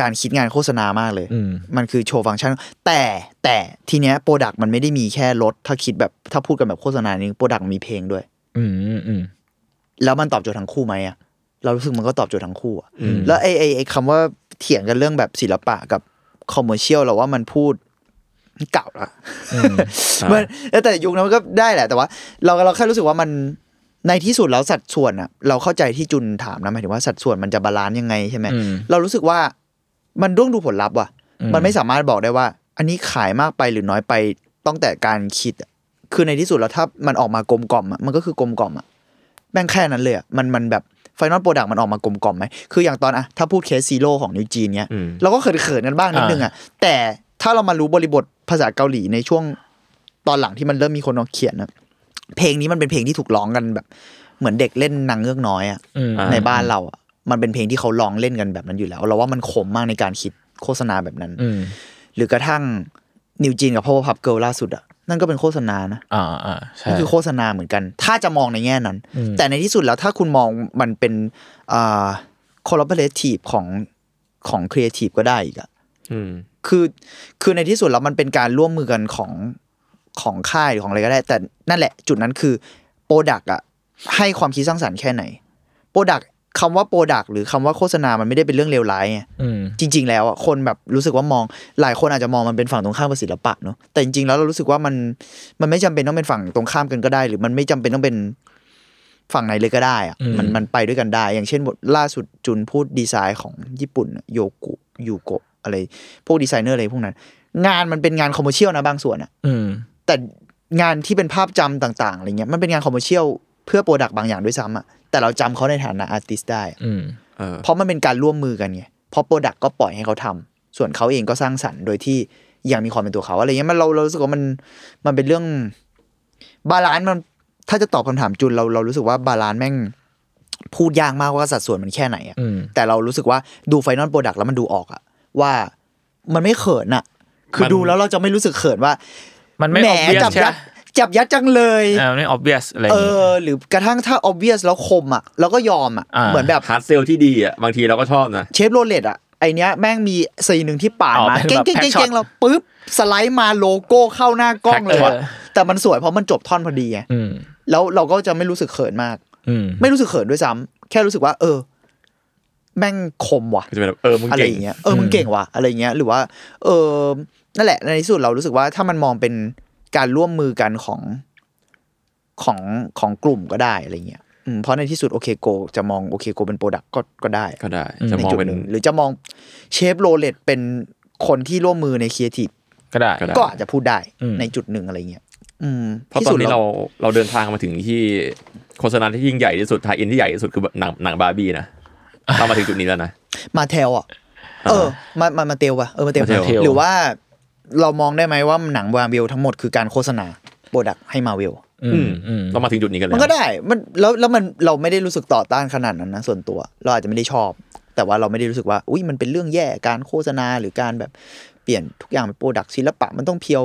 S4: การคิดงานโฆษณามากเลย
S2: อืม
S4: มันคือโชว์ฟังก์ชัน แต่แต่ทีเนี้ยโปรดักต์มันไม่ได้มีแค่รถ ถ้าคิดแบบถ้าพูดกันแบบโฆษณานี้โปรดักต์มีเพลงด้วย
S2: อืมอืม
S4: แล้วมันตอบโจทย์ทั้งคู่ไหมอะ เรารู้สึกมันก็ตอบโจทย์ทั้งคู่อะ
S3: อืม
S4: แล้วไอ้ไอ้ไอ้คำว่าเถียงกันเรื่องแบบศิลปะกับคอมเมอร์เชียลเราว่ามันพูดมันเก่าละมันแล้วแต่ยุคนั้นมันก็ได้แหละ แต่ว่า เราเราแค่รู้สึกว่ามันในที่สุดแล้วสัดส่วนอะเราเข้าใจที่จุนถามนะหมายถึงว่าสัดส่วนมันจะบาลานซ์ยังไงใช่ไหม
S2: อืม
S4: เรารู้สึกว่ามันร่วงดูผลลัพธ์ว่ะ
S2: อืม
S4: มันไม่สามารถบอกได้ว่า อันนี้ขายมากไปหรือน้อยไปต้องแต่การคิดอะคือในที่สุดแล้วถ้ามันออกมากลมกล่อมอะมันก็คือกลมกล่อมอะแม่งแค่นั้นเลยอะมันมันแบบไฟนอลโปรดักต์มันออกมากลมกล่อมไหมคืออย่างตอนอะถ้าพูดเคสซีโร่ของนิวจีนเนี้ย
S3: อืม
S4: เราก็เขินเขินๆกันบ้างนิดนึงอะแต่ถ้าเรามารู้บริบทภาษาเกาหลีในช่วงตอนหลังที่มันเริ่มมีคนเอาเขียนอะเพลงนี้มันเป็นเพลงที่ถูกร้องกันแบบ เหมือนเด็กเล่นนางเงือกน้อยอะ
S2: อืม
S3: อ่า
S4: ในบ้านเราอ่ะมันเป็นเพลงที่เขาลองเล่นกันแบบนั้นอยู่แล้ว เราว่ามันคมมากในการคิดโฆษณาแบบนั้น
S2: อืม
S4: หรือกระทั่งนิวจีนกับพ่อพับเกิลล่าสุดอ่ะนั่นก็เป็นโฆษณานะ
S2: อ่าอ่าใช่
S4: นั่นคือโฆษณาเหมือนกัน ถ้าจะมองในแง่นั้น
S2: อืม
S4: แต่ในที่สุดแล้วถ้าคุณมองมันเป็นอ่า collaborative ของของครีเอทีฟก็ได้อีกอ่ะ
S3: อืม
S4: คือคือในที่สุดแล้วมันเป็นการร่วมมือกันของของค่ายหรือของอะไรก็ได้ แต่นั่นแหละจุดนั้นคือโปรดักอะให้ความคิดสร้างสรรค์แค่ไหนโปรดักคำว่าโปรดักหรือคำว่าโฆษณามันไม่ได้เป็นเรื่องเลวร้ายไง
S2: อืม
S4: จริง ๆ แล้วอะคนแบบรู้สึกว่ามองหลายคนอาจจะมองมันเป็นฝั่งตรงข้ามกับศิลปะเนาะแต่จริงๆแล้วเรารู้สึกว่ามันมันไม่จำเป็นต้องเป็นฝั่งตรงข้ามกันก็ได้ หรือมันไม่จำเป็นต้องเป็นฝั่งไหนเลยก็ได้อะ
S2: อืม
S4: มันมันไปด้วยกันได้ อย่างเช่นบทล่าสุดจุนพูดดีไซน์ของญี่ปุ่นอะโยกุยูโกะอะไร พวกดีไซเนอร์อะไรพวกนั้น งานมันเป็นงานคอมเมอรเชียลนะบางส่วนอะ
S2: อืม
S4: แต่งานที่เป็นภาพจำต่าง ๆอะไรเงี้ยมันเป็นงานคอมเมอรเชียลเพื่อโปรดักต์บางอย่างด้วยซ้ำอะแต่เราจำเขาในฐานะอาร์ติสได้อะ
S2: อืม
S3: เออ
S4: เพราะมันเป็นการร่วมมือกันไงเพราะโปรดักต์ก็ปล่อยให้เขาทำส่วนเขาเองก็สร้างสรรค์โดยที่ยังมีความเป็นตัวเขาอะไรเงี้ยมันเราเรารู้สึกว่ามันมันเป็นเรื่องบาลานซ์มันถ้าจะตอบคำถามจุนเราเรารู้สึกว่าบาลานซ์แม่งพูดยากมากว่าสัดส่วนมันแค่ไหนอะ
S2: อืม
S4: แต่เรารู้สึกว่าดูไฟนอลโปรดักต์แล้วมันดูออกอะว่ามันไม่เขินอะคือดูแล้วเราจะไม่รู้สึกเขินว่า
S2: มันไม่
S4: แหม
S2: ออบเบียส
S4: จับ
S2: ใช่ไหม
S4: ยัดจับยัดจังเลย
S2: อ่ามันไม่ออบเบียสอะไรอย่า
S4: เอง
S2: งี้
S4: อ หรือกระทั่งถ้า obvious แล้วคมอะเราก็ยอมอะ
S2: อ่า
S4: เหมือนแบบ
S3: ฮาร์ดเซลที่ดีอ่ะบางทีเราก็ชอบนะ
S4: เชฟโรเลตอะไอเนี้ยแม่งมีสีหนึ่งที่ป่าด
S2: อ๋อ
S4: มา
S2: เป็น
S4: เก่ง
S2: แบบ pack
S4: เก่งเก่ง
S2: shot
S4: เก่งเราปุ๊บสไลด์มาโลโก้เข้าหน้ากล้องเลยอะ
S2: เออ
S4: แต่มันสวยเพราะมันจบท่อนพอดีไง
S2: อืม
S4: แล้วเราก็จะไม่รู้สึกเขินมาก
S2: อืม
S4: ไม่รู้สึกเขินด้วยซ้ำแค่รู้สึกว่า เออ แม่งคมว่ะ
S3: ก็จะเป็นแบบเออมึง
S4: อะไร
S3: เก่
S4: อง ย่างเงี้ย เออ มึงเก่งว่ะ อะไรอย่างเงี้ย หรือว่า เออ นั่นแหละ ในที่สุดเรารู้สึกว่าถ้ามันมองเป็นการร่วมมือกันของของของกลุ่มก็ได้อะไรเงี้ยอืมเพราะในที่สุดโอเคโก จะมองโอเคโกเป็นโปรดักก็ก็ได้
S3: ก็ได้
S2: อืม
S3: จะ
S4: ใน
S3: มอง
S4: จุด
S3: เป็น
S4: หนึ่งหรือจะมองเชฟโรเลตเป็นคนที่ร่วมมือในครีเอทีฟ
S2: ก็ได้
S3: ก็ได้
S4: ก็อาจจะพูดได้
S2: อืม
S4: ในจุดหนึ่งอะไรเงี้ยอืม
S3: เพราะ
S4: ที่
S3: ตอ
S4: สุ
S3: น
S4: ด
S3: นี้เราเราเดินทางมาถึงที่โฆษณาที่ยิ่งใหญ่ที่สุดทายอินที่ใหญ่ที่สุดคือหนังหนังบาร์บี้ นะเรามาถึงจุดนี้แล้วนะ
S4: มาเทลอ่ะ เออ มามามาเตลว่ะเออมาเตล
S3: มาเทล
S4: หรือว่าเรามองได้ไหมว่าหนังมาเวลทั้งหมดคือการโฆษณาโปรดักให้มาเวล
S2: อืมอืม
S3: เรามาถึงจุดนี้กันแล้
S4: มั
S3: วน
S4: ก็ได้มันแล้วแล้วมันเราไม่ได้รู้สึกต่อต้านขนาดนั้นนะส่วนตัว เราอาจจะไม่ได้ชอบ แต่ว่าเราไม่ได้รู้สึกว่า อุ้ยมันเป็นเรื่องแย่การโฆษณาหรือการแบบเปลี่ยนทุกอย่างเป็นโปรดักศิลปะมันต้องเพียว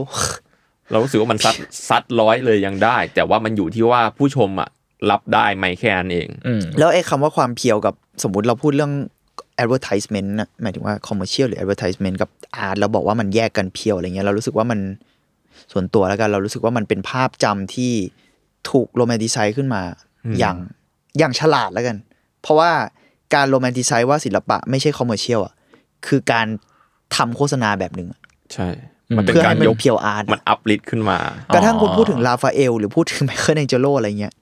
S3: เรารู้สึกว่ามันซัดซัดร้อยเลยยังได้ แต่ว่ามันอยู่ที่ว่าผู้ชมอ่ะรับได้ไหมแค่นั้นเอง
S2: อืม
S4: แล้วไอ้คำว่าความเพียวกับสมมติเราพูดเรื่อง advertisement นะหมายถึงว่า commercial หรือ advertisement กับ art เราบอกว่ามันแยกกันเพียวอะไรเงี้ยเรารู้สึกว่ามันส่วนตัวแล้วกันเรารู้สึกว่ามันเป็นภาพจำที่ถูกโรแมนติไซซ์ขึ้นมา
S3: อืม
S4: อย่างอย่างฉลาดแล้วกัน เพราะว่าการโรแมนติไซซ์ว่าศิลปะไม่ใช่ commercial อ่ะคือการทำโฆษณาแบบหนึ่งอะ
S3: ใช่ มันเป็น
S4: เพื่อ
S3: การ
S4: ให้มัน
S3: ยก
S4: เพียวอาร์ต
S3: มันอัพลิทขึ้นมา
S4: กระทั่งคุณพูดถึงลาฟาเอลหรือพูดถึง ไมเคิลแองเจโลอะไรเงี้ย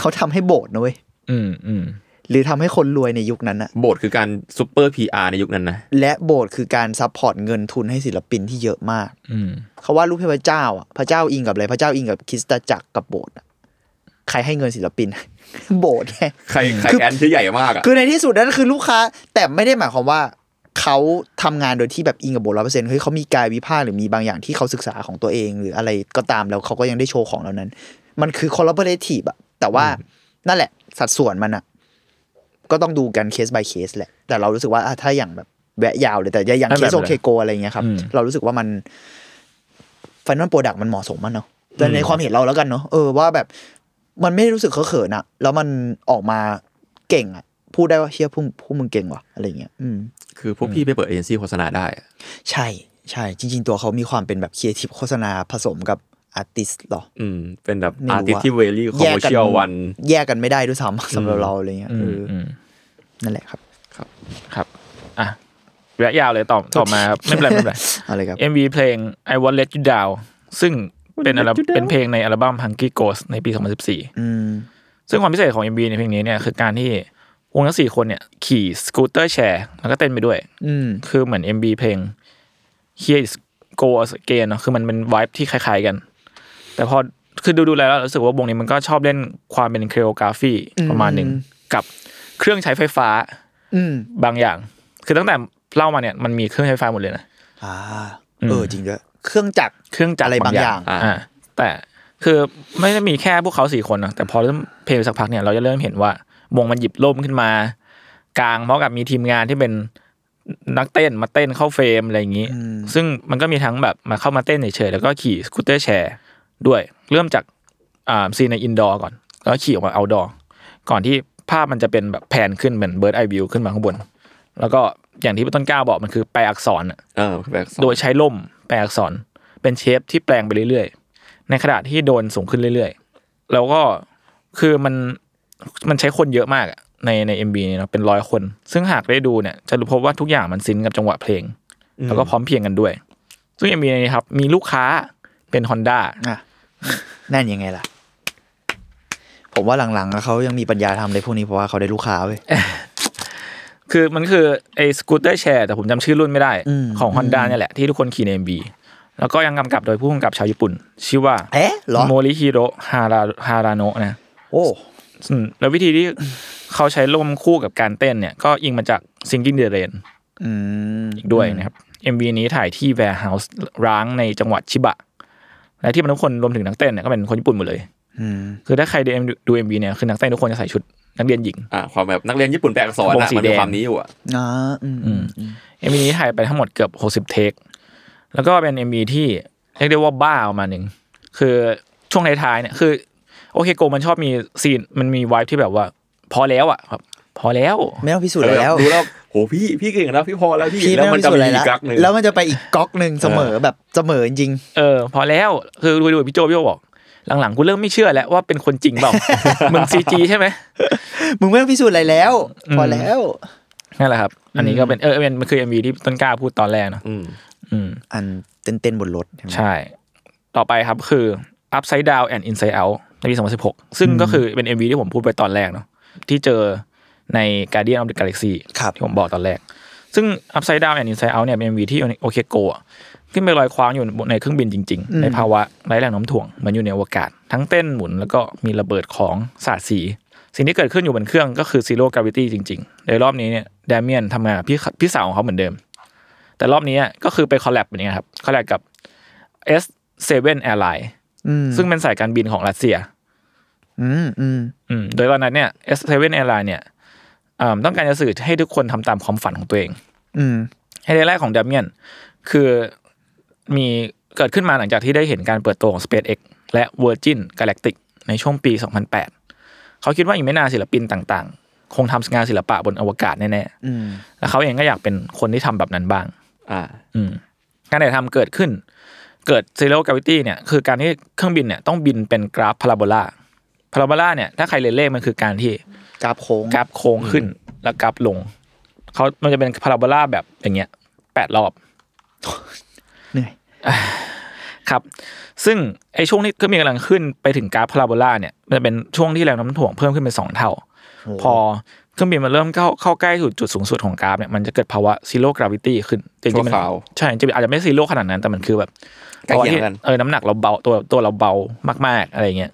S4: เขาทำให้โบสถ์นะเว้ย
S2: อืม อืม
S4: หรือทำให้คนรวยในยุคนั้นอะ
S3: โบสถ์คือการซูเปอร์พีอาร์ในยุคนั้นนะ
S4: และโบสถ์คือการซัพพอร์ตเงินทุนให้ศิลปินที่เยอะมาก
S2: อืม
S4: เขาว่ารูปเทพเจ้าอ่ะพระเจ้าอิงกับอะไรพระเจ้าอิงกับคริสตจักรกับโบสถ์อะใครให้เงินศิลปิน โบสถ์ไง
S3: ใครใคร
S4: คือ
S3: แอนที่ใหญ่มากอ่ะ
S4: คือในที่สุดนั้นคือลูกค้า แต่ไม่ได้หมายความว่าเขาทำงานโดยที่แบบอิงกับโบสถ์ร้อเปอร์เซ็นต์เฮ้ยเขามีกายวิภาคหรือมีบางอย่างที่เขาศึกษาของตัวเอง หรืออะไรก็ตามแล้วเขาก็ยังได้โชว์ของเหล่านั้น มันคือคอลลาบอเรทีฟอะแต่ว่านั่นแหละ สัดส่วนมันอะก็ต้องดูกันเคส by เคสแหละ แต่เรารู้สึกว่าอ่ะถ้าอย่างแบบแวะยาวเลยแต่อย่าง
S2: ไม่
S4: เค
S2: แบบ
S4: สโอเคโกอะไรเงี้ยครับ
S2: อืม
S4: เรารู้สึกว่ามันฟ i น a l โปรดักต์มันเหมาะสมมันเนาะแต่ในความเห็นเราแล้วกันเนาะเออว่าแบบ มันไม่ได้รู้สึกเขินๆอะแล้วมันออกมาเก่งอะพูดได้ว่าเชี่ยพวกพวกมึงเก่งว่ะอะไรเงี้ยอืม
S3: คือพวกพี่ไปเปิดเอเจนซี่โฆษณาได้อะ
S4: ใช่ใช่ จริง ๆ ตัวเขามีความเป็นแบบครีเอทีฟโฆษณาผสมกับอาร์ติสหรอ
S3: อืม เป็นแบบ
S4: ไม่รู้อะ
S3: อาร์ติสที่เวลี่คอม
S4: แยก
S3: เมอร์
S4: กัน
S3: เชียลวัน
S4: แยกกันไม่ได้ด้วยซ้ำสำหรับเราอะไรเงี้ย
S2: อื
S4: เอ
S2: ม
S4: อ
S2: อืม
S4: นั่นแหละครับ
S2: ครับอ่ะระยะยาวเลยต่อต่อมาครับไม่เป็นไรไม่เป็นไร
S4: เอะไรครับ
S2: MV เพลง I Want Let You Down ซึ่งเป็นอัลบั้ม
S3: Let You Down
S2: เป็นเพลงในอัลบั้ม Hungry Ghost ในปี 2014
S4: อืม
S2: ซึ่งความพิเศษของ MV ในเพลงนี้เนี่ยคือการที่วงทั้งสี่คนเนี่ยขี่สกูตเตอร์แชร์แล้วก็เต้นไปด้วย
S4: อืม
S2: คือเหมือน MB เพลง Here is Go Again เนอะคือมันเป็นวายที่คล้ายๆกัน แต่พอคือดูๆแล้วรู้สึกว่าวงนี้มันก็ชอบเล่นความเป็นเคโอกราฟีประมาณหนึ่ง
S4: อืม
S2: กับเครื่องใช้ไฟฟ้า
S4: อืม
S2: บางอย่าง คือตั้งแต่เล่ามาเนี่ยมันมีเครื่องใช้ไฟฟ้าหมดเลยนะ
S4: อ่า
S2: อืม
S4: เออจริงด้วยเครื่องจักร
S2: เครื่องจัก
S4: อะไรบางอย่าง
S3: อ่า
S2: อ่าแต่คือไม่ได้มีแค่พวกเขาสี่คนนะแต่พอเริ่มเพลงไปสักพักเนี่ยเราจะเริ่มเห็นว่าวงมันหยิบร่มขึ้นมา กลางพร้อมกับมีทีมงานที่เป็นนักเต้นมาเต้นเข้าเฟรมอะไรอย่างนี้ ซึ่งมันก็มีทั้งแบบมาเข้ามาเต้นเฉยๆแล้วก็ขี่สกูตเตอร์แชร์ด้วย เริ่มจากอ่าซีนในอินดอร์ก่อน แล้วก็ขี่ออกมาเอาดอร์ก่อนที่ภาพมันจะเป็นแบบแผนขึ้นเหมือนเบิร์ดไอวิวขึ้นมาข้างบน แล้วก็อย่างที่พี่ต้นกล้าบอกมันคือแปลอักษรอะ
S3: เออแบกสอง
S2: โดยใช้ล่มแปลอักษรเป็นเชฟที่แปลงไปเรื่อยๆ ในขณะที่โดนสูงขึ้นเรื่อยๆ แล้วก็คือมันมันใช้คนเยอะมากอะในใน MB เนี่ยเนาะเป็นร้อยคน ซึ่งหากได้ดูเนี่ยจะรู้พบว่าทุกอย่างมันซิงก์กับจังหวะเพลง แล้วก็พร้อมเพรียงกันด้วย ซึ่ง MB ในนี้ครับ มีลูกค้าเป็น Honda
S4: อ่ะนั่นยังไงล่ะ ผมว่าหลังๆอะเขายังมีปัญญาทำเลยพวกนี้เพราะว่าเขาได้ลูกค้าเว้ย
S2: คือมันคือไอ้สกูตเตอร์แชร์แต่ผมจำชื่อรุ่นไม่ได้
S4: อืม
S2: ของ Honda เนี่ยแหละที่ทุกคนขี่ใน MB แล้วก็ยังกำกับโดยผู้กำกับชาวญี่ปุ่น ชื่อว่า
S4: เอ๊ะเหรอ
S2: โมริฮิโรฮาราฮาราโนะนะ
S4: โอ้
S2: อืมแล้ววิธีที่ เขาใช้ล่มคู่กับการเต้นเนี่ย ก็อิงมาจาก Singing the Rain
S4: อืม
S2: อีกด้วยนะครับ MV นี้ถ่ายที่ Warehouse ร้างในจังหวัดชิบะ และที่มันทุกคนรวมถึงนักเต้นเนี่ยก็เป็นคนญี่ปุ่นหมดเลย
S4: อืม
S2: คือถ้าใครดู MV ดู MV เนี่ยคือนักเต้นทุกคนจะใส่ชุดนักเรียนหญิง
S3: อ่าความแบบนักเรียนญี่ปุ่นแบกสอน
S2: วง
S3: อะ
S2: สี
S3: มันมี
S2: แดง
S3: ความนี้อยู่อ่ะ
S4: อ่าอืม
S2: อืม MV นี้ถ่ายไปทั้งหมดเกือบ 60 เทค แล้วก็เป็น MV ที่เรียกได้ว่าบ้าประมาณหนึ่ง คือช่วงท้ายๆเนี่ยคือ โอเคโกมันชอบมีซีนมันมีวายที่แบบว่า พอแล้วอ่ะครับพอแล้ว
S4: ไม่ต้องพิสูจน์อะไรแล้ว
S3: ดูแล้วโหพี่พี่เก่งแล้วพี่พอแล้วพี่
S4: พี่
S3: แล้ว
S4: ไม่
S3: มัน
S4: พิ
S3: จะ
S4: สูจน์
S3: มี
S4: อะไร
S3: อี
S4: แล้ว
S3: กกักหนึ่ง
S4: แล้วมันจะไปอีกก๊อกหนึ่งเสมอแบบเสมอจริง
S2: เออพอแล้วคือดูดูพี่โจพี่โจบอก หลังๆกูเริ่มไม่เชื่อแล้วว่าเป็นคนจริงเปล่า มึงซีจีใช่ไหม
S4: มึงไม่ต้องพิสูจน์อะไรแล้ว
S2: อืม
S4: พอแล้ว
S2: นั่นแหละ ครับ อันนี้ก็เป็นเออเป็นมันคือเอ็มวีที่ต้นกล้าพูดตอนแรกเนอะ
S3: อืม
S2: อืม
S4: อันเต้นเต้นๆบนรถใช่ไหม
S2: ใช่ ต่อไปครับคือ Upside Down and Inside Out ในปี2016 ซึ่งก็คือเป็น MV ที่ผมพูดไปตอนแรกเนาะที่เจอใน Guardian of the Galaxy
S4: ครับ
S2: ที่ผมบอกตอนแรก ซึ่ง Upside Down and Inside Out เนี่ยเป็น MV ที่โอเคโกะขึ้นไปลอยคว้างอยู่ในเครื่องบินจริง
S4: อื
S2: ๆ
S4: ม
S2: ในภาวะไร้แรงโน้มถ่วงเหมือนอยู่ในอวกาศ ทั้งเต้นหมุนแล้วก็มีระเบิดของสาดสี สิ่งที่เกิดขึ้นอยู่บนเครื่องก็คือ Zero Gravity จริงๆ ในรอบนี้เนี่ยดเมียนทำงานกับพี่พี่สาวของเขาเหมือนเดิม แต่รอบนี้ก็คือไปคอลแลบอย่างเงี้ยครับคอลแลบกับ S7 Airline
S4: อืม
S2: ซึ่งเป็นสายการบินของรัสเซีย
S4: อืมอืม
S2: อืมโดยตอนนั้นเนี่ย S7 Airline เนี่ยอ่าต้องการจะสื่อให้ทุกคนทำตามความฝันของตัวเอง
S4: อืม
S2: ไฮไลท์แรกของดัมเมียนคือมีเกิดขึ้นมาหลังจากที่ได้เห็นการเปิดตัวของ SpaceX และ Virgin Galactic ในช่วงปี 2008 เขาคิดว่าอีกไม่นานศิลปินต่างๆ คงทำงานศิลปะบนอวกาศแน่
S4: อืม
S2: ๆ และเขาเองก็อยากเป็นคนที่ทำแบบนั้นบ้าง
S3: อ่า
S2: อืมการถ่ายทำเกิดขึ้น เกิด zero gravity เนี่ยคือการที่เครื่องบินเนี่ยต้องบินเป็นกราฟพาราโบลาพาราโบลาเนี่ยถ้าใครเรียนเลขมันคือการที่
S4: กราฟโค้ง
S2: กราฟโค้งขึ้นแล้วกราฟลง เขามันจะเป็นพาราโบลาแบบอย่างเงี้ยแปดรอบ
S4: เหนื่อย
S2: ครับ ซึ่งไอ้ช่วงที่เครื่องบินกำลังขึ้นไปถึงกราฟพาราโบลาเนี่ย มันจะเป็นช่วงที่แรงโน้ำถ่วงเพิ่มขึ้นเป็นสองเท่า พอเครื่องบินมันเริ่มเข้าเข้าใกล้จุดสูงสุดของกราฟเนี่ย มันจะเกิดภาวะซีโร่กราวิตี้ขึ้นแต่จริงๆมัน
S3: ชั่วคราว
S2: ใช่จริงๆอาจจะไม่ซีโร่ขนาดนั้น แต่มันคือแบบ
S3: ใกล้เคียงกัน
S2: เออน้ำหนักเราเบาตัวตัวเราเบามาก ๆ อะไรอย่างเงี้ย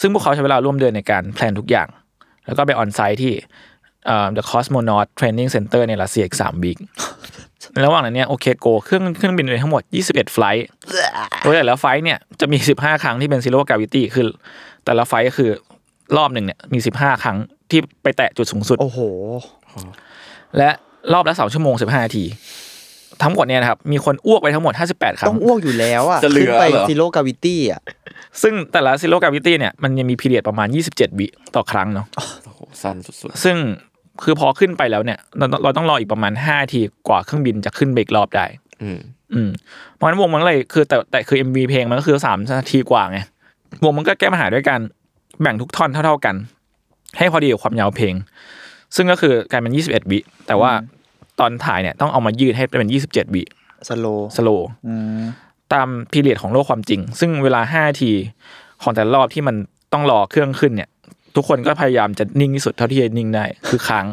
S2: ซึ่งพวกเขาใช้เวลาร่วมเดือนในการแพลนทุกอย่าง แล้วก็ไปออนไซต์ที่เอ่อ The Cosmonaut Training Center ในรัสเซียอีก3วีค ระหว่างนั้นเนี่ยโอเคโกเครื่องเครื่องบินไปทั้งหมด 21 ไฟลท์โดยแต่ละไฟลท์เนี่ยจะมี 15 ครั้งที่เป็นซีโร่กราวิตี้คือ แต่ละไฟลท์ก็คือรอบหนึ่งเนี่ยมี 15 ครั้งที่ไปแตะจุดสูงสุด
S4: โอ้โห
S2: และรอบละสองชั่วโมง 15 นาที ทั้งหมดเนี่ยนะครับ มีคนอ้วกไปทั้งหมด 58 ครั้
S4: ต้อง งอ้วกอยู่แล้วอ่ะ
S3: จะเหลือ
S4: ขึ้นไป
S3: เหรอ
S4: ซีโร่กาวิตี้อ่ะ
S2: ซึ่งแต่ละซีโร่กราวิตี้เนี่ยมันยังมีพีเรียดประมาณ 27 วิต่อครั้งเนาะ
S3: โอ้โหสั้นสุด
S2: ซึ่งคือพอขึ้นไปแล้วเนี่ยเราเราต้องรออีกประมาณ5ทีกว่าเครื่องบินจะขึ้นเบรกรอบได้
S3: ๆอืม
S2: อืมเพราะฉะนั้นวงมันก็เลยคือแต่แต่คือ MV เพลงมันก็คือ3นาทีกว่าไงวงมันก็แก้ปัญหาด้วยการแบ่งทุกท่อนเท่า ๆกัน ให้พอดีกับความยาวเพลง ซึ่งก็คือกลายเป็น 21 วิแต่ว่าตอนถ่ายเนี่ยต้องเอามายืดให้เป็น 27 วิ
S4: สโล
S2: สโลว์
S4: อืม
S2: ตามพีเรียดของโลกความจริง ซึ่งเวลา 5 ทีของแต่ละรอบที่มันต้องรอเครื่องขึ้นเนี่ย ทุกคนก็พยายามจะนิ่งที่สุดเท่าที่จะนิ่งได้คือค้าง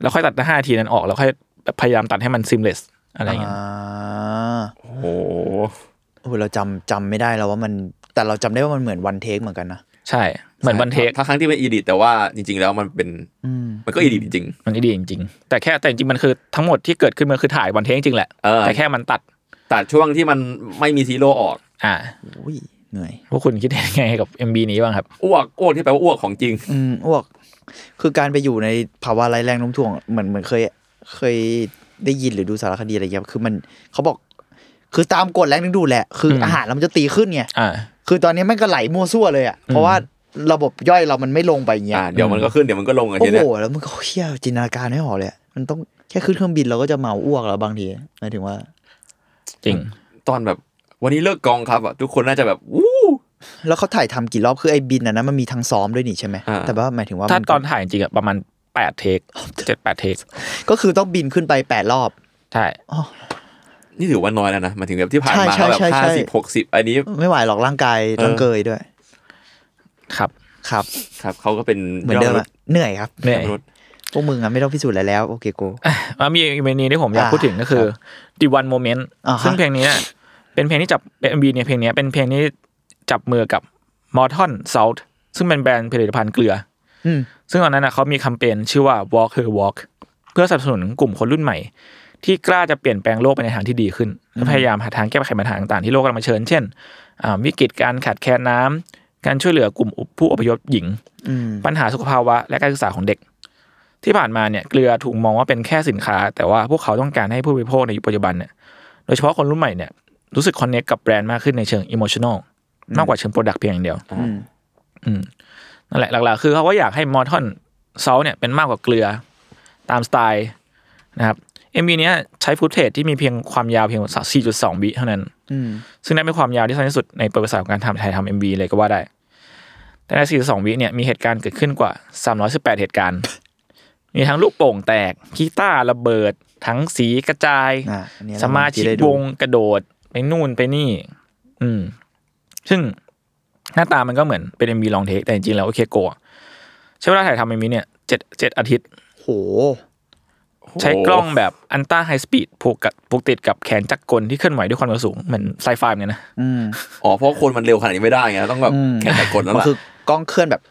S2: แล้วค่อยตัดห้าทีนั้นออกแล้วค่อยแบบพยายามตัดให้มันซิมเลสอะไรอย่างเงี้ย
S4: อ่า
S3: โอ้โห
S4: โอ้โหเราจำจำไม่ได้แล้วว่ามัน แต่เราจำได้ว่ามันเหมือนวันเทคเหมือนกันนะ
S2: ใช่ เหมือนวันเทค
S3: ทั้งทั้งที่เป็นอีดิทแต่ว่าจริง ๆ แล้วมันเป็น
S4: อืม
S3: มันก็อีดิทจริง
S2: มันดีจริงๆ แต่แค่แต่จริงๆ มันคือทั้งหมดที่เกิดขึ้นมันคือถ่ายวันเทงจริงๆแหละ
S3: เออ
S2: แต่แค่มันตัด
S3: ๆตัดช่วงที่มันไม่มีซีโร่ออก
S2: อ่า
S4: อุ้ยเหนื่อย
S2: พวกคุณคิดยังไงกับ MB นี้บ้างครับ
S3: อ้วกอ้วกที่แปลว่าอ้วกของจริง
S4: อืมอ้วก คือการไปอยู่ในภาวะไร้แรงโน้มถ่วงเหมือนเหมือนเคย เคยได้ยินหรือดูสารคดีอะไรเงี้ย คือมันเขาบอก คือตามกฎแรงดึงดูดแหละ คืออ
S2: ม
S4: อาหารแล้วมันจะตีขึ้นไง
S2: อ่า
S4: คือตอนนี้แม่งก็ไหลมั่วซั่วเลยอ่ะ เพราะว่าระบบย่อยเรามันไม่ลงไปอย่างเงี้
S3: อ่าย เดี๋ยวมันก็ขึ้นเดี๋ยวมันก็ลงอะไร
S4: โอ้
S3: เนี้
S4: โห
S3: ย
S4: แล้วมันก็เขี้ยจินตนาการไม่ออกเลยอะมันต้องแค่ขึ้นเครื่องบินเราก็จะเมาอ้วกแล้วบางทีหมายถึงว่า
S2: จริง
S3: ตอนแบบวันนี้เลิกกองครับอะทุกคนน่าจะแบบวู้
S4: แล้วเขาถ่ายทำกี่รอบ คือไอ้บินอันนั้นมันมีทั้งซ้อมด้วยนี่ใช่ไหม
S3: อ่า
S4: แต่ว่าหมายถึงว่า
S2: ถ้า
S4: มั
S2: ตอนถ่ายจริงๆอะประมาณ8เทคเจ็ดแปดเทค
S4: ก็คือต้องบินขึ้นไปแปดรอบ
S2: ใช่
S3: นี่ถือว่าน้อยแล้วนะหมายถึงแบบที่ผ่านมา
S4: ใช่
S3: ก็แบบ
S4: ใช่ใช่
S3: ห้าสิบหกสิบอันนี้
S4: ไม่ไหวหรอกร่างกายต้อง
S3: เออ
S4: เกยด้วย
S2: ครับ
S4: ครับ
S3: ครับเขาก็เป็น
S4: เหมือนเดิมอะเหนื่อยครับ
S2: เนี่ย
S3: ยอดมนุษย์
S4: พวกมึงอะไม่ต้องพิสูจน์อะไรแล้ว โอเคโก
S2: อ่ะมีอีกเพลงนี้ที่ผมอยาก
S4: อ่า
S2: พูดถึงก็คือ The One Moment
S4: อ่าฮะ
S2: ซึ่งเพลงนี้เนี่ยเป็นเพลงที่จับ MB เนี่ยเพลงเนี้ยเป็นเพลงที่จับมือกับ Morton Salt ซึ่งเป็นแบรนด์ผลิตภัณฑ์เกลือ
S4: อืม
S2: ซึ่งตอนนั้นนะเขามีแคมเปญชื่อว่า Walk Her Walk เพื่อสนับสนุนกลุ่มคนรุ่นใหม่ ที่กล้าจะเปลี่ยนแปลงโลกไปในทางที่ดีขึ้นและพยายามหาทางแก้ไขปัญหาต่างๆที่โลกกำลังเผชิญเช่นอ่าวิกฤตการขาดแคลนน้ำการช่วยเหลือกลุ่มผู้อพยพหญิง
S4: อืม
S2: ปัญหาสุขภาวะและการศึกษาของเด็ก ที่ผ่านมาเนี่ยเกลือถูกมองว่าเป็นแค่สินค้า แต่ว่าพวกเขาต้องการให้ผู้บริโภคในยุคปัจจุบันเนี่ยโดยเฉพาะคนรุ่นใหม่เนี่ยรู้สึกคอนเนคกับแบรนด์มากขึ้นในเชิงอิโมชันอลมากกว่าเชิงโปรดักต์เพียงอย่างเดียว
S4: อืม
S2: อืมนั่นแหละหลักๆคือเขาก็อยากให้มอร์ทอนเซาเนี่ยเป็นมากกว่าเกลือตามสไตล์นะครับเอ็มวีนี้ยใช้ฟุตเทจที่มีเพียงความยาวเพียง 4.2 วิเท่านั้น
S4: อืม
S2: ซึ่งนั่นเป็นความยาวที่สั้นที่สุดในประวัติศาสตร์ของการทำถ่ายทำเอ็มวีเลยก็ว่าได้ แต่ใน 4.2 วิเนี่ยมีเหตุการณ์เกิดขึ้นกว่า 318 เหตุการณ์ มีทั้งลูกโป่งแตกกีตาร์ระเบิด ทั้งสีกระจาย
S4: อ่ะอันนี้เรา
S2: สมาชิก
S4: ที่ได้ดู
S2: วงกระโดดไปนู่นไปนี่ อืม ซึ่งหน้าตามันก็เหมือนเป็น MV ลองเทคแต่จริงๆแล้วโอเคโกะใช้เวลาถ่ายทำ MV เนี่ยเจ็ดเจ็ดอาทิตย์
S4: โห
S2: ใช้กล้องแบบอันต้าไฮสปีดผูกกับผูกติดกับแขนจักรกลที่เคลื่อนไหวด้วยความเร็วสูงเหมือนไซไฟเหมือนกันนะ
S4: อืม
S3: อ๋อเพราะคนมันเร็วขนาดนี้ไม่ได้ไงต้องแบบ
S4: อืม
S3: แข่งกับกดแล้ว
S4: มัน
S3: ล่ะ
S4: คือกล้องเคลื่อนแบบ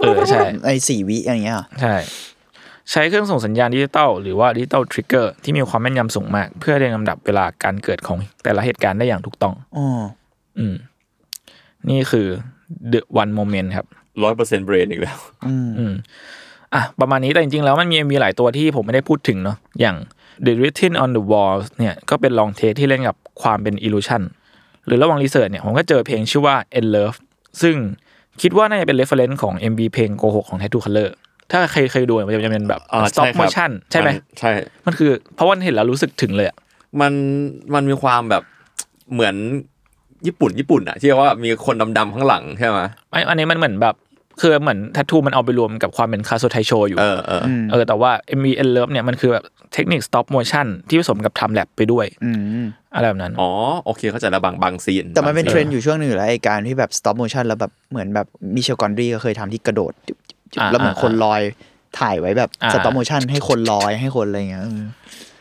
S2: เออใช่
S4: ไอ้สี่วิอย่างเงี้ยเหรอ
S2: ใช่ ใช้เครื่องส่งสัญญาณดิจิตอลหรือว่าดิจิตอลทริกเกอร์ที่มีความแม่นยำสูงมาก เพื่อเรียงลำดับเวลาการเกิดของแต่ละเหตุการณ์ได้อย่างถูกต้อง
S4: อ๋อ
S2: อืม นี่คือ The One Moment ครับ
S3: ร้อยเปอร์เซ็นต์เบรนอีกแล้ว
S4: อืม
S2: อืมอ่ะ ประมาณนี้แต่จริงๆ แล้วมันมีมีหลายตัวที่ผมไม่ได้พูดถึงเนาะอย่าง The Written on the Wall เนี่ยก็เป็นลองเทคที่เล่นกับความเป็น illusion หรือระหว่างรีเสิร์ชเนี่ย ผมก็เจอเพลงชื่อว่า e n Love ซึ่งคิดว่าน่าจะเป็น reference ของ MV เพลงโกหกของ Tattoo Color ถ้าใครเคยดูเนี่ยมันจะเป็นแบบ
S3: อ่า
S2: stop
S3: ใช่ครับ
S2: motion ใช่ไหม
S3: นใช่
S2: มันคือเพราะว่าเห็นแล้วรู้สึกถึงเลยอะ
S3: มันมันมีความแบบเหมือนญี่ปุ่นญี่ปุ่นอะที่ว่ามีคนดำๆข้างหลังใช่ไหม
S2: ไออันนี้มันเหมือนแบบคือเหมือนทัตทูมันเอาไปรวมกับความเป็นคาโซไทโชอยู่
S3: เออเอออ
S2: เออแต่ว่า MV e n Love เนี่ยมันคือแบบเทคนิค stop motion ที่ผสมกับ time lapse ไปด้วย
S4: อืม
S2: อะไรแบบนั้น
S3: อ๋อโอเคเข้าใจละบางบางซีน
S4: แต่มันเป็น
S3: บาง
S4: เท
S3: ซี
S4: รนด์อยู่ช่วงหนึ่งอยู่แล้วไอ้การที่แบบ stop motion แล้วแบบเหมือนแบบมิเชลกอนดรีก็เคยทำที่กระโดดจุ๊บจุ๊บจุ๊บ
S2: อ่า
S4: แล้วเหมือนคนลอยถ่ายไว้แบบ
S2: อ่า
S4: stop motion ให้คนลอยให้คนอะไรอย่างเงี้ยอืม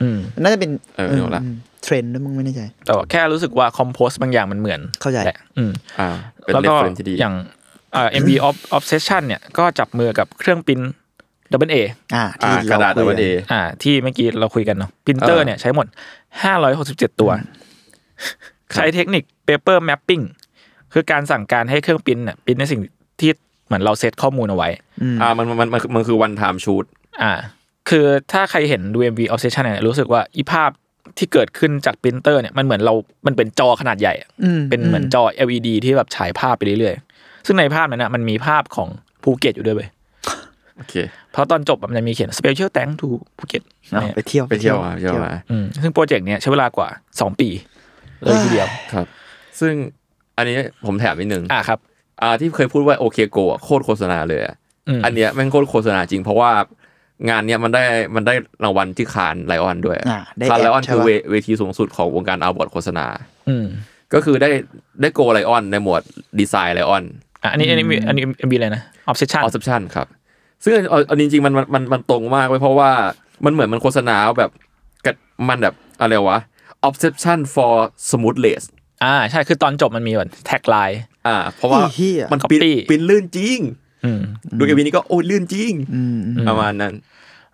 S2: อืม
S4: น่าจะเป็น
S3: เออเอาละ
S4: มเทรนด์ด้วยมั้งไม่แน่ใจ
S2: แต่ว่าแค่รู้สึกว่าคอมโพสบางอย่างมันเหมือน
S4: เข้าใจ
S2: แหละอืม
S3: อ่าเป็น
S2: แล้ว
S3: เรฟ
S2: ก็
S3: เฟรนที่ดี
S2: อย่างเอ่อ MV of Obsession เนี่ยก็จับมือกับเครื่องพิมพ์ Double A
S4: อ่า
S3: อ่า
S4: ที่
S3: ก
S4: เรา
S3: ระดาษ
S4: คุ
S3: แต่
S4: ย
S3: ว่า
S4: กั
S3: ดี
S4: น
S2: อ่าที่เมื่อกี้เราคุยกันเนาะพิมพ์เตอ
S3: เอ
S2: ร์
S3: อ
S2: เนี่ยใช้หมด 567 ตัว ใช้เทคนิค Paper Mapping คือการสั่งการให้เครื่องพิมพ์เนี่ยพิมพ์ในสิ่งที่เหมือนเราเซตข้อมูลเอาไว้
S3: อ่ามันมันมันมันคือวันไทม์ชูด
S2: อ่า คือถ้าใครเห็นดู MV Obsession เนี่ยรู้สึกว่าอีภาพที่เกิดขึ้นจากพิมพ์เตอร์เนี่ยมันเหมือนเรา มันเป็นจอขนาดใหญ่อะ
S4: อืม
S2: เป็นเหมือนจอ LED ที่แบบฉายภาพไปเรื่อยๆ ซึ่งในภาพนั้นนะมันมีภาพของภูเก็ตอยู่ด้วยเว้ย
S3: โอเค
S2: เพราะตอนจบอะมันจะมีเขียน Special Thanks to ภูเก็ต
S4: เอาไปเที่ยว
S3: ไปเที่ยวมาไปเที่ยวมา
S2: อืมซึ่งโปรเจกต์เนี้ยใช้เวลากว่า 2 ปี เลยทีเดียว
S3: ครับ ซึ่งอันนี้ผมแถมนิดนึง
S2: อ่ะครับ
S3: อ่าที่เคยพูดว่าโอเคโกะโคตรโฆษณาเลยอะ
S2: อืม
S3: อันเนี้ยแม่งโคตรโฆษณาจริงเพราะว่า งานเนี้ยมันได้มันได้รางวัลที่คานไลออนด้วย
S4: อ่าได้
S3: คานไลออน
S4: แอปใช่
S3: คือ
S4: ปะ
S3: เวเวทีสูงสุดของวงการอาร์บอดโฆษณา
S2: อืม
S3: ก็คือได้ได้โกไลออนในหมวดดีไซน์ไลออน
S2: อ่ะอันนี้อันนี้มีอันนี้อันนี้มีอะไรนะออฟเซชั่น
S3: ออ c ั p ชันครับ ซึ่งเอาเอาจริงๆมันมันมันมันตรงมากไว้ยเพราะว่ามันเหมือนมันโฆษณาแบบกะมันแบบอะไรวะ obsession for smoothness
S2: อ่าใช่คือตอนจบมันมีแบบแท็กไลน์
S3: อ่า เพราะว่า
S4: ไอ้เหี้ย
S3: มันปิน
S2: Copy
S3: ปินลื่นจริง
S2: อืม
S3: ดูเอวีนี้ก็โอ้ยลื่นจริง
S4: อืมอืม
S3: ประมาณนั้น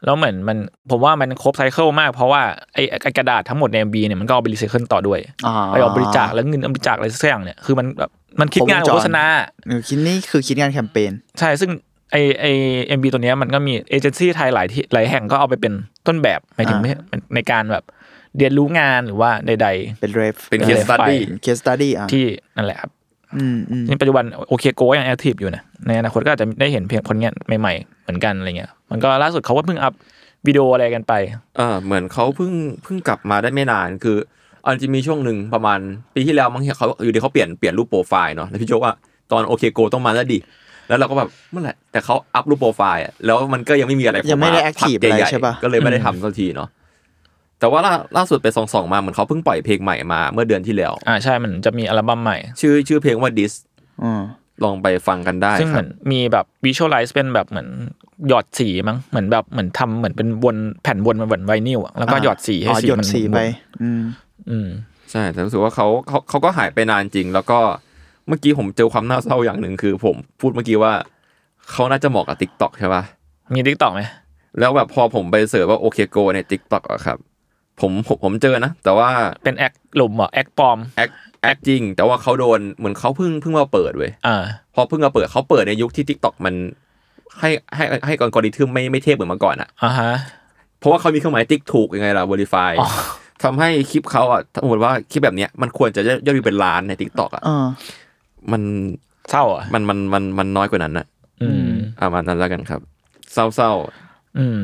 S2: แล้วเหมือนมันผมว่ามันครบไซเคิลมากเพราะว่าไอ้ไอ้กระดาษทั้งหมดใน MB เนี่ยมันก็เอาไปรีไซเคิลต่อด้วย
S4: อ่า
S2: ไปเอาบริจาคแล้วเงินเอาบริจาคอะไรสักอย่างเนี่ยคือมันแบบมันคิดงานของโฆษณา
S4: หนูคิดนี่คือคิดงานแคมเปญ
S2: ใช่ซึ่งไอไอเอ็มบีตัวเนี้ยมันก็มีเอเจนซี่ไทยหลายที่หลายแห่งก็เอาไปเป็นต้นแบบหมายถึง
S4: อ่า
S2: ไม่ในการแบบเรียนรู้งานหรือว่าใด
S4: เป็นเรฟ
S3: เป็น
S2: เออ
S3: case
S2: ไฟ
S3: study
S4: เคสตัดี้อ่ะ
S2: ๆ ที่นั่นแหละครับ
S4: อืมอืม
S2: นี่ปัจจุบันโอเคโกยังแอคทีฟอยู่นะในอนาคตก็อาจจะได้เห็นเพียงผลงานใหม่ๆ เหมือนกันอะไรเงี้ยมันก็ล่าสุดเขาก็เพิ่งอัพวิดีโออะไรกันไป
S3: เออเหมือนเขาเพิ่งเพิ่งกลับมาได้ไม่นานคือเอาจริงๆมีช่วงหนึ่งประมาณปีที่แล้วมั้งเห็นเขาอยู่ดีเขาเปลี่ยนเปลี่ยนรูปโปรไฟล์เนาะแล้วพี่โจว่าตอนโอเคโกต้องมาแล้วดิแล้วเราก็แบบเมื่อไหร่แต่เขาอัพรูปโปรไฟล์อะแล้วมันก็ยังไม่มีอะไร
S4: ยังไม่ได้แอคทีฟอะไร
S3: พักญ่ๆ
S4: ใช่ป่ะ
S3: ก็เลยไม่ได้ทำสักทีเนาะแต่ว่าล่าล่าสุดไปส่อง ๆ มาเหมือนเขาเพิ่งปล่อยเพลงใหม่มาเมื่อเดือนที่แล้ว
S2: อ่าใช่มันจะมีอัลบั้มใหม่
S3: ชื่อชื่อเพลงว่า dis
S4: อืม
S3: ลองไปฟังกันได้
S2: ซึ่ง
S3: ค
S2: เหมื
S3: รั
S2: อบ นมีแบบวิชวลไลซ์เป็นแบบเหมือนหยอดสีมั้งเหมือนแบบเหมือนทำเหมือนเป็นวนแผ่นวนมันเหมือนไวนิลอะแล้วก็หยอดสีให้
S4: อ๋อ
S2: สี
S4: หยด
S2: มัน
S4: สีไป อืม
S2: อืม
S3: ใช่แต่รู้สึกว่าเขาเขาเขาก็หายไปนานจริง แล้วก็เมื่อกี้ผมเจอความน่าเศร้าอย่างหนึ่งคือ ผมพูดเมื่อกี้ว่าเขาน่าจะเหมาะกับ TikTok ใช่ปะ
S2: มีดิกตอกไหม
S3: แล้วแบบพอผมไปเสิร์ชว่าโอเคโกในทิกตอกอะครับผมผมผมเจอนะ แต่ว่า
S2: เป็นแอคหลุมเหรอแอคปลอม
S3: แอคแอคจริง แต่ว่าเขาโดนเหมือนเขาเพิ่งเพิ่งมาเปิดเว้ย
S2: อ่า
S3: พอเพิ่งมาเปิดเขาเปิดในยุคที่ทิกตอกมัน ให้ให้ให้กอกริทึมไม่ไม่เทพเหมือนเมื่อก่อนอะ
S2: อ่าฮะ
S3: เพราะว่าเขามีเครื่องหมายติ๊กถูกยังไงล่ะบริฟาย
S2: อ๋อ
S3: ทำให้คลิปเขาอะสมมติว่าคลิปแบบเนี้ยมันควรจะยอดยอดวิวเป็นล้านในทิกตอกอะ
S4: อ่า
S3: มัน
S2: เศร้าอ่ะ
S3: มันมันมันมันน้อยกว่านั้นนะ
S2: อืม
S3: อ่ะมานั้นแล้วกันครับ เศร้าเศร้า
S2: อืม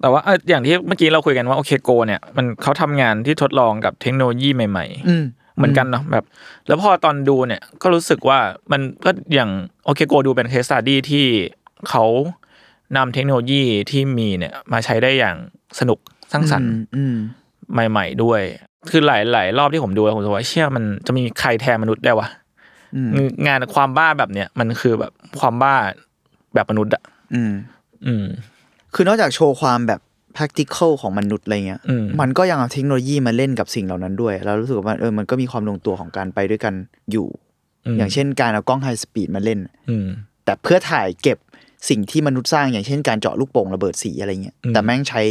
S2: แต่ว่าเอ่ออย่างที่เมื่อกี้เราคุยกันว่าโอเคโกเนี่ย มันเขาทำงานที่ทดลองกับเทคโนโลยีใหม่ ๆ
S4: อืม
S2: เหมือนกันเนาะแบบ แล้วพอตอนดูเนี่ยก็รู้สึกว่ามันก็อย่างโอเคโกดูเป็นเคสต t ดี้ที่เขานำเทคโนโลยีที่มีเนี่ยมาใช้ได้อย่างสนุกสร้างสรรค์
S4: อืม
S2: ใหม่ ๆ ด้วย คือหลายหลายรอบที่ผมดูแล้วผมรู้สึกว่าเชื่อมันจะมีใครแทนมนุษย์ได้วะ
S4: อืม
S2: งานความบ้าแบบเนี้ยมันคือแบบความบ้าแบบมนุษย์อะ
S4: อืม
S2: อืม
S4: คือนอกจากโชว์ความแบบ practical ของมนุษย์อะไรเงี้ย
S2: อืม
S4: มันก็ยังเอาเทคโนโลยีมาเล่นกับสิ่งเหล่านั้นด้วย แล้วรู้สึกว่ามันเออมันก็มีความลงตัวของการไปด้วยกันอยู่
S2: ม
S4: อย่างเช่นการเอากล้องไฮสปีดมาเล่น
S2: อืม
S4: แต่เพื่อถ่ายเก็บสิ่งที่มนุษย์สร้างอย่างเช่นการเจาะลูกโป่งระเบิดสีอะไรเงี้ย
S2: อืม
S4: แต่แม่งใช้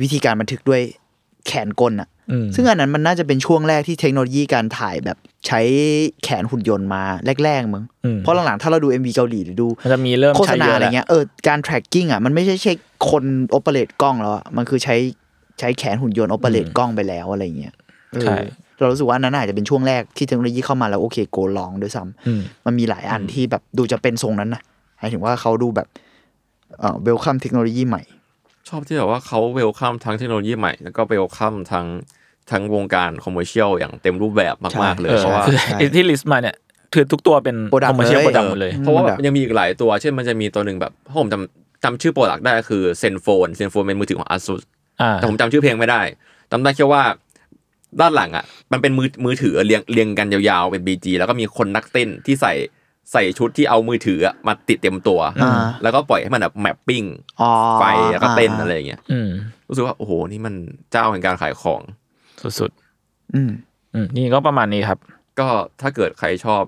S4: วิธีการบันทึกด้วยแขนกลอะ
S2: อืม
S4: ซึ่งอันนั้นมันน่าจะเป็นช่วงแรกที่เทคโนโลยีการถ่ายแบบใช้แขนหุ่นยนต์มาแรกๆมึง
S2: อืม
S4: เพราะหลังๆ ถ้าเราดู MV เกาหลีหรือดู
S2: มันจะมีเริ่ม
S4: โฆษ
S2: ใช้
S4: ณา
S2: เยอะ
S4: อะไร
S2: แล้ว
S4: เงี้ยเออการ tracking อ่ะมันไม่ใช่ใช้คนโอเปเรตกล้องแล้วอะมันคือใช้ใช้แขนหุ่นยนต์โอเปเรตกล้องไปแล้วอะไรเงี้ยเออ
S2: ใช่
S4: เรารู้สึกว่าอันนั้นอาจจะเป็นช่วงแรกที่เทคโนโลยีเข้ามาแล้วโอเคโกลองด้วยซ้ำ
S2: อืม
S4: มันมีหลายอันที่แบบดูจะเป็นทรงนั้นนะหมายถึงว่าเขาดูแบบเอ่อเวลคัมเทคโนโลยีใหม่
S3: ชอบที่แบบว่าเขาเวลคัมทั้งเทคโนโลยีใหม่แล้วก็เวลคัมทั้งทั้งวงการคอมเมอร์เชียลอย่างเต็มรูปแบบมากๆเลย
S2: เออ
S3: เพราะว่า
S2: คือ
S4: ใช่
S2: ไอ้ที่ลิสต์มาเนี่ยคือทุกตัวเป็น
S4: Product
S2: คอมเมอร์เชียล
S4: เลย
S2: โปรดักต์หมดเลย
S3: เพราะว่า
S4: อืม
S3: แบบมันยังมีอีกหลายตัว เช่นมันจะมีตัวหนึ่งแบบถ้าผมจำจำชื่อโปรดักต์ได้คือเซนโฟนเซนโฟนเป็นมือถือของ ASUS
S2: อ่า
S3: แต่ผมจำชื่อเพลงไม่ได้จำได้แค่ว่าด้านหลังอ่ะ มันเป็นมือมือถือเรียงเรียงกันยาวๆเป็น BG แล้วก็มีคนนักเต้นที่ใส่ใส่ชุดที่เอามือถืออะมาติดเต็มตัว
S4: อ่า
S3: แล้วก็ปล่อยให้มันแบบแมปปิ้ง
S4: อ๋อ
S3: ไฟแล้วก็เต้น
S4: อ่า
S3: อะไรอย่างเงี้ย
S2: อืม
S3: รู้สึกว่าโอ้โหนี่มันเจ้าแห่งการขายของ
S2: สุด
S4: อืม
S2: ๆอืมนี่ก็ประมาณนี้ครับ
S3: ก็ถ้าเกิดใครชอบ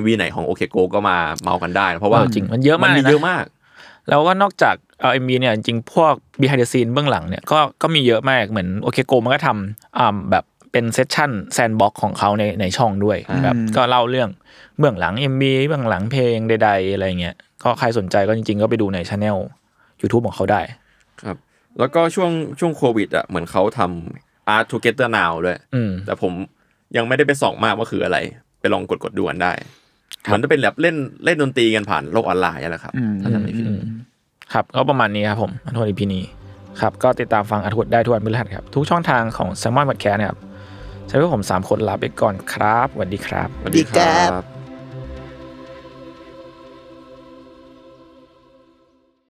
S3: MV ไหนของโอเคโกก็มาเมากันได้นะเพราะว่า
S2: ว่าจริงมันเยอะ
S3: มั
S2: มาก
S3: น
S2: เล
S3: มี
S2: ยนะ
S3: เยอะมาก
S2: แล้วก็นอกจากเอาเอ็มบีเนี่ยจริงๆพวก behind the scene เบื้องหลังเนี่ยก็ก็มีเยอะมากเหมือนโอเคโกมันก็ทำอ่าแบบเป็นเซสชั่นแซนบ็อกของเขาในในช่องด้วย
S3: อืม
S2: แบบก็เล่าเรื่องเบื้องหลัง MB เบื้องหลังเพลงใดๆอะไรเงี้ยก็ใครสนใจก็จริงๆ ก็ไปดูในช anel YouTube ของเขาได้
S3: ครับแล้วก็ช่วงช่วงโควิดอ่ะเหมือนเขาทำ Art Together Now ด้วย
S2: อืม
S3: แต่ผมยังไม่ได้ไปส่องมากว่าคืออะไร ไปลองกดกดๆดูกันได้ มันจะเป็นแบบเล่นเล่นดนตรีกันผ่านโลกออนไลน์นั่นแหละครับ
S4: อืม
S3: ถ้าจำไม่ผิด
S2: ครับก็ประมาณนี้ครับผมอัธวัอีพีนี้ครับก็ติดตามฟังอัธวัได้ทุกวันพฤหัสครับ ทุกช่องทางของ s ซ m o n p o d c a s t นะครับใช้พวกผม 3 คนลาไปก่อนครับสวัสดีครับ
S3: สวัสดีครับ